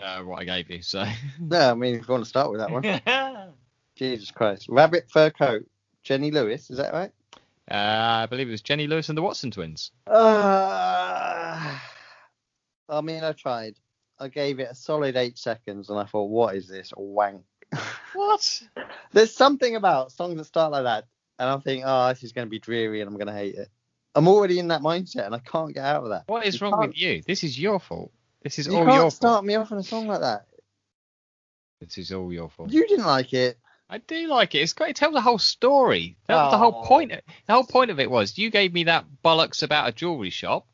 B: uh, what I gave you. So
A: no, I mean, if you want to start
B: [laughs]
A: with that one.
B: uh,
A: Jesus Christ. Rabbit Fur Coat. Jenny Lewis, is that right?
B: I believe it was Jenny Lewis and the Watson twins.
A: Uh, I mean, I tried. I gave it a solid eight seconds, and I thought, what is this wank?
B: What?
A: There's something about songs that start like that, and I'm thinking, oh, this is going to be dreary, and I'm going to hate it. I'm already in that mindset, and I can't get out of that.
B: What is
A: You
B: wrong
A: can't-
B: with you? This is your fault. This is
A: You
B: all
A: can't
B: your fault.
A: start me off on a song like that.
B: This is all your fault.
A: You didn't like it.
B: I do like it. It's great. It tells the whole story. That was the whole
A: Oh.
B: point. The whole point of it was you gave me that bollocks about a jewelry shop.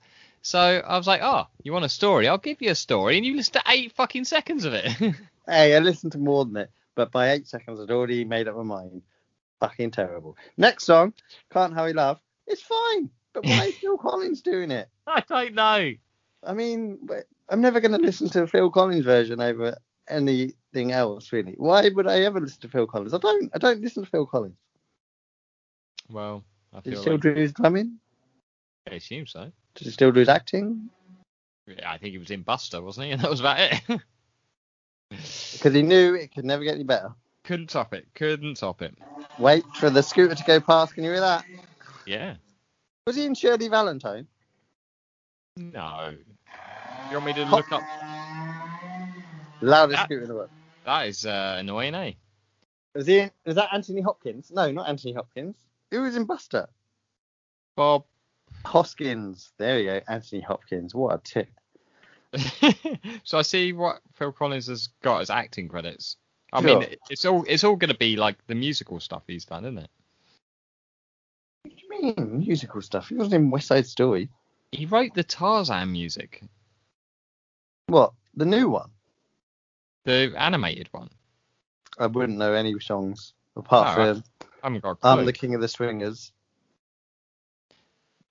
B: So I was like, oh, you want a story? I'll give you a story, and you listen to eight fucking seconds of it. [laughs]
A: Hey, I listened to more than it, but by eight seconds, I'd already made up my mind. Fucking terrible. Next song, Can't Hurry Love. It's fine, but why
B: [laughs]
A: is Phil Collins doing it?
B: I don't know.
A: I mean, but I'm never going to listen to a Phil Collins version over anything else, really. Why would I ever listen to Phil Collins? I don't. I don't listen to Phil Collins.
B: Well, I
A: Does he
B: feel
A: still
B: like
A: do his drumming?
B: I assume so.
A: Does he still do his acting?
B: Yeah, I think he was in Buster, wasn't he? [laughs] And that was about it.
A: Because he knew it could never get any better.
B: Couldn't top it. Couldn't top it.
A: Wait for the scooter to go past. Can you hear that?
B: Yeah.
A: Was he in Shirley Valentine?
B: No. You want me to look up?
A: Loudest
B: Ah.
A: scooter in the world.
B: That is uh, annoying, eh?
A: Was he? In, was that Anthony Hopkins? No, not Anthony Hopkins. Who was in Buster?
B: Bob. [laughs]
A: Hoskins. There you go. Anthony Hopkins. What a tip.
B: so I see what Phil Collins has got as acting credits. I
A: Sure.
B: mean, it's all it's all gonna be like the musical stuff he's done, isn't it?
A: What do you mean musical stuff? He wasn't in West Side Story.
B: He wrote the Tarzan music,
A: What? The new one?
B: the animated one.
A: I wouldn't know any songs apart
B: Alright.
A: from
B: I haven't got a clue.
A: I'm the King of the Swingers.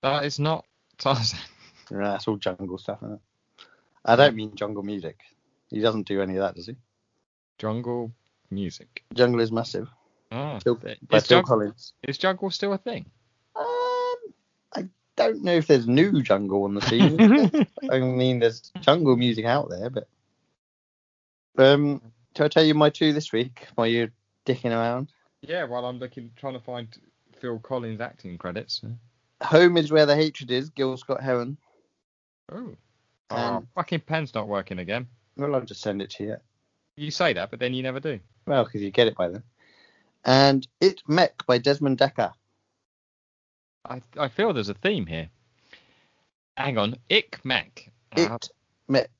B: That is not Tarzan. [laughs]
A: Nah, That's all jungle stuff. Isn't it? I don't mean jungle music. He doesn't do any of that, does he?
B: Jungle music.
A: Jungle is massive.
B: Ah.
A: Phil, by
B: Is,
A: Phil
B: jungle,
A: Collins.
B: is jungle still a thing?
A: Um, I don't know if there's new jungle on the
B: [laughs]
A: scene. I mean, there's jungle music out there, but um, shall I tell you my two this week while you're dicking around?
B: Yeah, while I'm looking, trying to find Phil Collins acting credits.
A: Home is where the hatred is. Gil Scott Heron.
B: Oh.
A: Um,
B: fucking pen's not working again.
A: Well, I'll just send it to you.
B: You say that, but then you never do.
A: Well, because you get it by then. And It Mech by Desmond Decker.
B: I, I feel there's a theme here. Hang on. Ick Mac. Uh,
A: It Mech.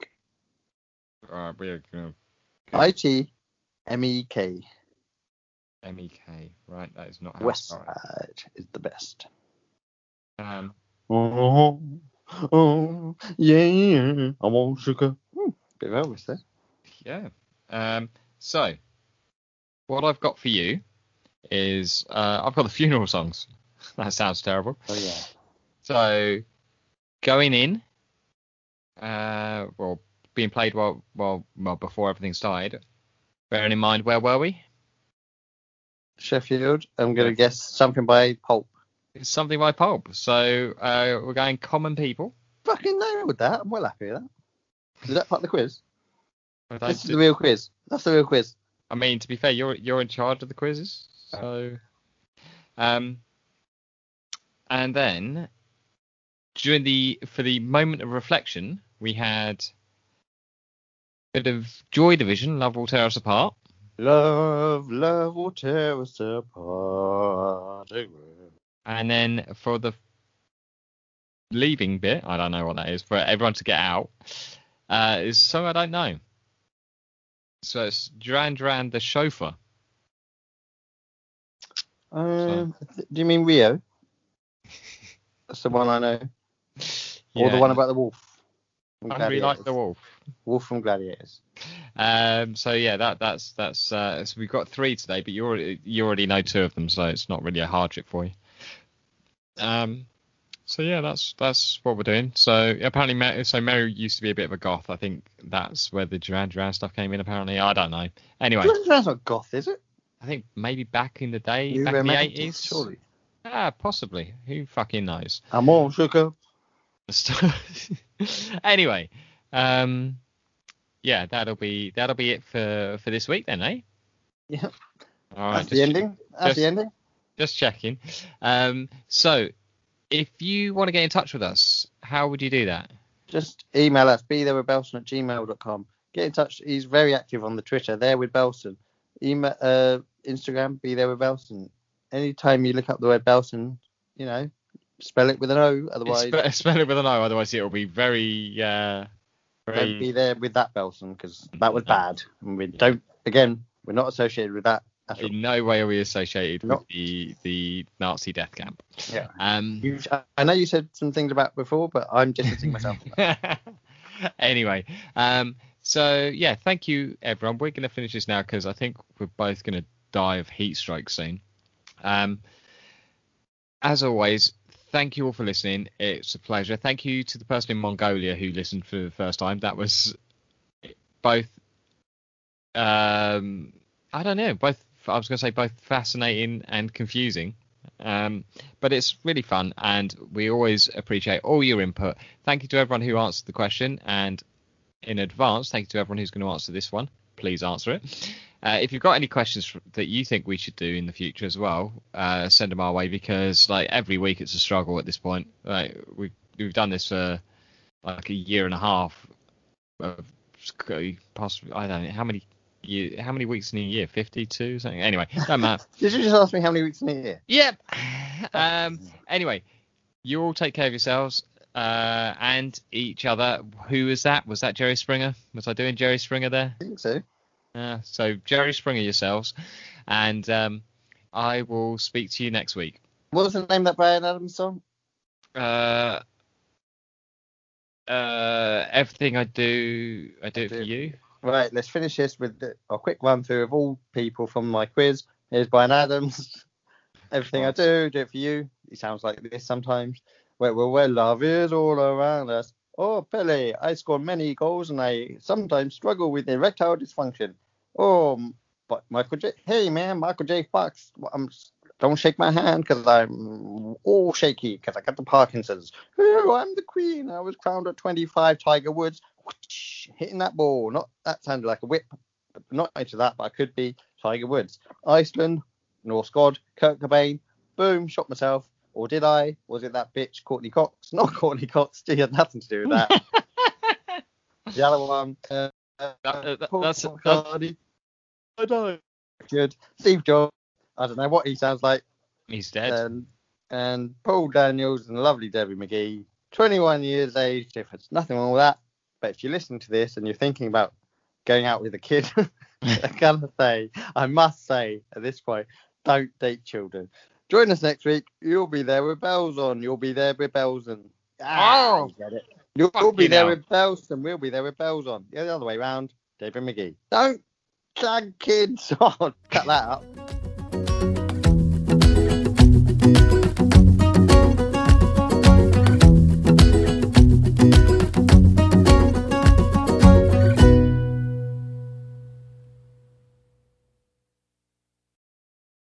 B: uh, we're gonna-
A: I T M E K.
B: M E K. Right, that is not how
A: West
B: it's spelled.
A: Side is the best.
B: Um,
A: Oh, oh, yeah, I want sugar. Hmm, bit of Elvis there.
B: yeah. Um, so, what I've got for you is uh, I've got the funeral songs. [laughs] that sounds terrible.
A: Oh yeah.
B: So, going in, uh, well, being played while, while, well, before everything started. Bearing in mind, where were we?
A: Sheffield. I'm gonna guess something by Pulp.
B: It's something by Pulp. So, uh, we're going Common People.
A: Fucking nailed that. I'm well happy with that. Is that part of the quiz?
B: I don't
A: This is
B: do-
A: the real quiz. That's the real quiz.
B: I mean, to be fair, you're you're in charge of the quizzes, so. Um. And then, during the for the moment of reflection, we had a bit of Joy Division, Love Will Tear Us Apart.
A: Love, love will tear us apart.
B: And then for the leaving bit, I don't know what that is, for everyone to get out, uh, is So I Don't Know. So it's Duran Duran the Chauffeur.
A: Um, do you mean
B: [laughs]
A: Rio? That's the one I know. Or the
B: Yeah,
A: one about the wolf. from
B: Hungry Like
A: Gladiators.
B: the Wolf.
A: Wolf from Gladiators.
B: Um, so yeah, that that's that's uh, so we've got three today, but you already you already know two of them, so it's not really a hardship for you. Um, so yeah, that's that's what we're doing. So apparently, Ma- so Mary used to be a bit of a goth. I think that's where the Duran Duran stuff came in. Apparently, I don't know. Anyway,
A: That's not goth, is it?
B: I think maybe back in the day,
A: You
B: back in the
A: romantic,
B: eighties,
A: surely.
B: ah, possibly. Who fucking knows? [laughs]
A: I'm all shook up.
B: anyway, um, yeah, that'll be that'll be it for for this week then, eh?
A: Yeah.
B: All right.
A: That's the
B: just-
A: ending. That's
B: just-
A: the ending.
B: Just checking. Um, so if you want to get in touch with us, how would you do that?
A: Just email us, be there with Belson at gmail.com. Get in touch. He's very active on the Twitter, there with Belson. Email, uh, Instagram, be there with Belson. Anytime you look up the word Belson, you know, spell it with an O, otherwise,
B: Spe- [laughs] spell it with an O, otherwise it'll be very uh,
A: don't be
B: very
A: there with that Belson because that was
B: No.
A: bad. And we don't, again, we're not associated with that at all.
B: in no way are we associated
A: Not-
B: with the the Nazi death camp.
A: Yeah.
B: Um,
A: You, I know you said some things about before, but I'm distancing myself. from that.
B: [laughs] anyway, um, so yeah, thank you everyone. We're gonna finish this now because I think we're both gonna die of heat stroke soon. Um, as always, thank you all for listening. It's a pleasure. Thank you to the person in Mongolia who listened for the first time. That was both. Um, I don't know. Both. I was gonna say both fascinating and confusing. Um, but it's really fun, and we always appreciate all your input. Thank you to everyone who answered the question, and in advance, thank you to everyone who's going to answer this one. Please answer it. Uh, if you've got any questions fr- that you think we should do in the future as well, uh, send them our way because like every week it's a struggle at this point. Like we we've done this for like a year and a half, of sc- possibly I don't know how many year, how many weeks in a year, fifty two something. Anyway, don't matter.
A: Did you just ask me how many weeks in a year?
B: [sighs] Yep. Um, anyway, you all take care of yourselves uh, and each other. Who was that? Was that Jerry Springer? Was I doing Jerry Springer there?
A: I think so.
B: Uh, so Jerry Springer yourselves, and um, I will speak to you next week.
A: What was the name of that Brian Adams song?
B: Uh, uh, everything I do, I do it for you.
A: Right, let's finish this with the- a quick run through of all people from my quiz. Here's Brian Adams. [laughs] Everything I do, do it for you. He sounds like this sometimes. Where, where, where love is all around us. Oh, Pele, I scored many goals and I sometimes struggle with erectile dysfunction. Oh, m- but Michael J. Hey, man, Michael J. Fox. I'm, don't shake my hand because I'm all shaky because I got the Parkinson's. Oh, I'm the queen. I was crowned at 25 Tiger Woods. Whoosh, hitting that ball. Not That sounded like a whip. Not into that, but I could be Tiger Woods. Iceland, Norse God, Kurt Cobain. Boom, shot myself. Or did I? Was it that bitch, Courtney Cox? [laughs] Not Courtney Cox. She had nothing to do with
B: [laughs]
A: that. the other one. Uh,
B: That- that-
A: Paul
B: that's- that's-
A: McCartney. I don't. Good. Steve Jobs. I don't know what he sounds like.
B: He's dead.
A: And, and Paul Daniels and the lovely Debbie McGee. 21 years age difference. Nothing wrong with that. But if you listen to this and you're thinking about going out with a kid, [laughs] I gotta say, I must say at this point, don't date children. Join us next week. You'll be there with bells on. You'll be there with bells on.
B: Oh,
A: you get it. You'll
B: fucking
A: be there
B: hell.
A: with bells and we'll be there with bells on. [laughs] Yeah, the other way round. David McGee. Don't tag kids on. Cut that up.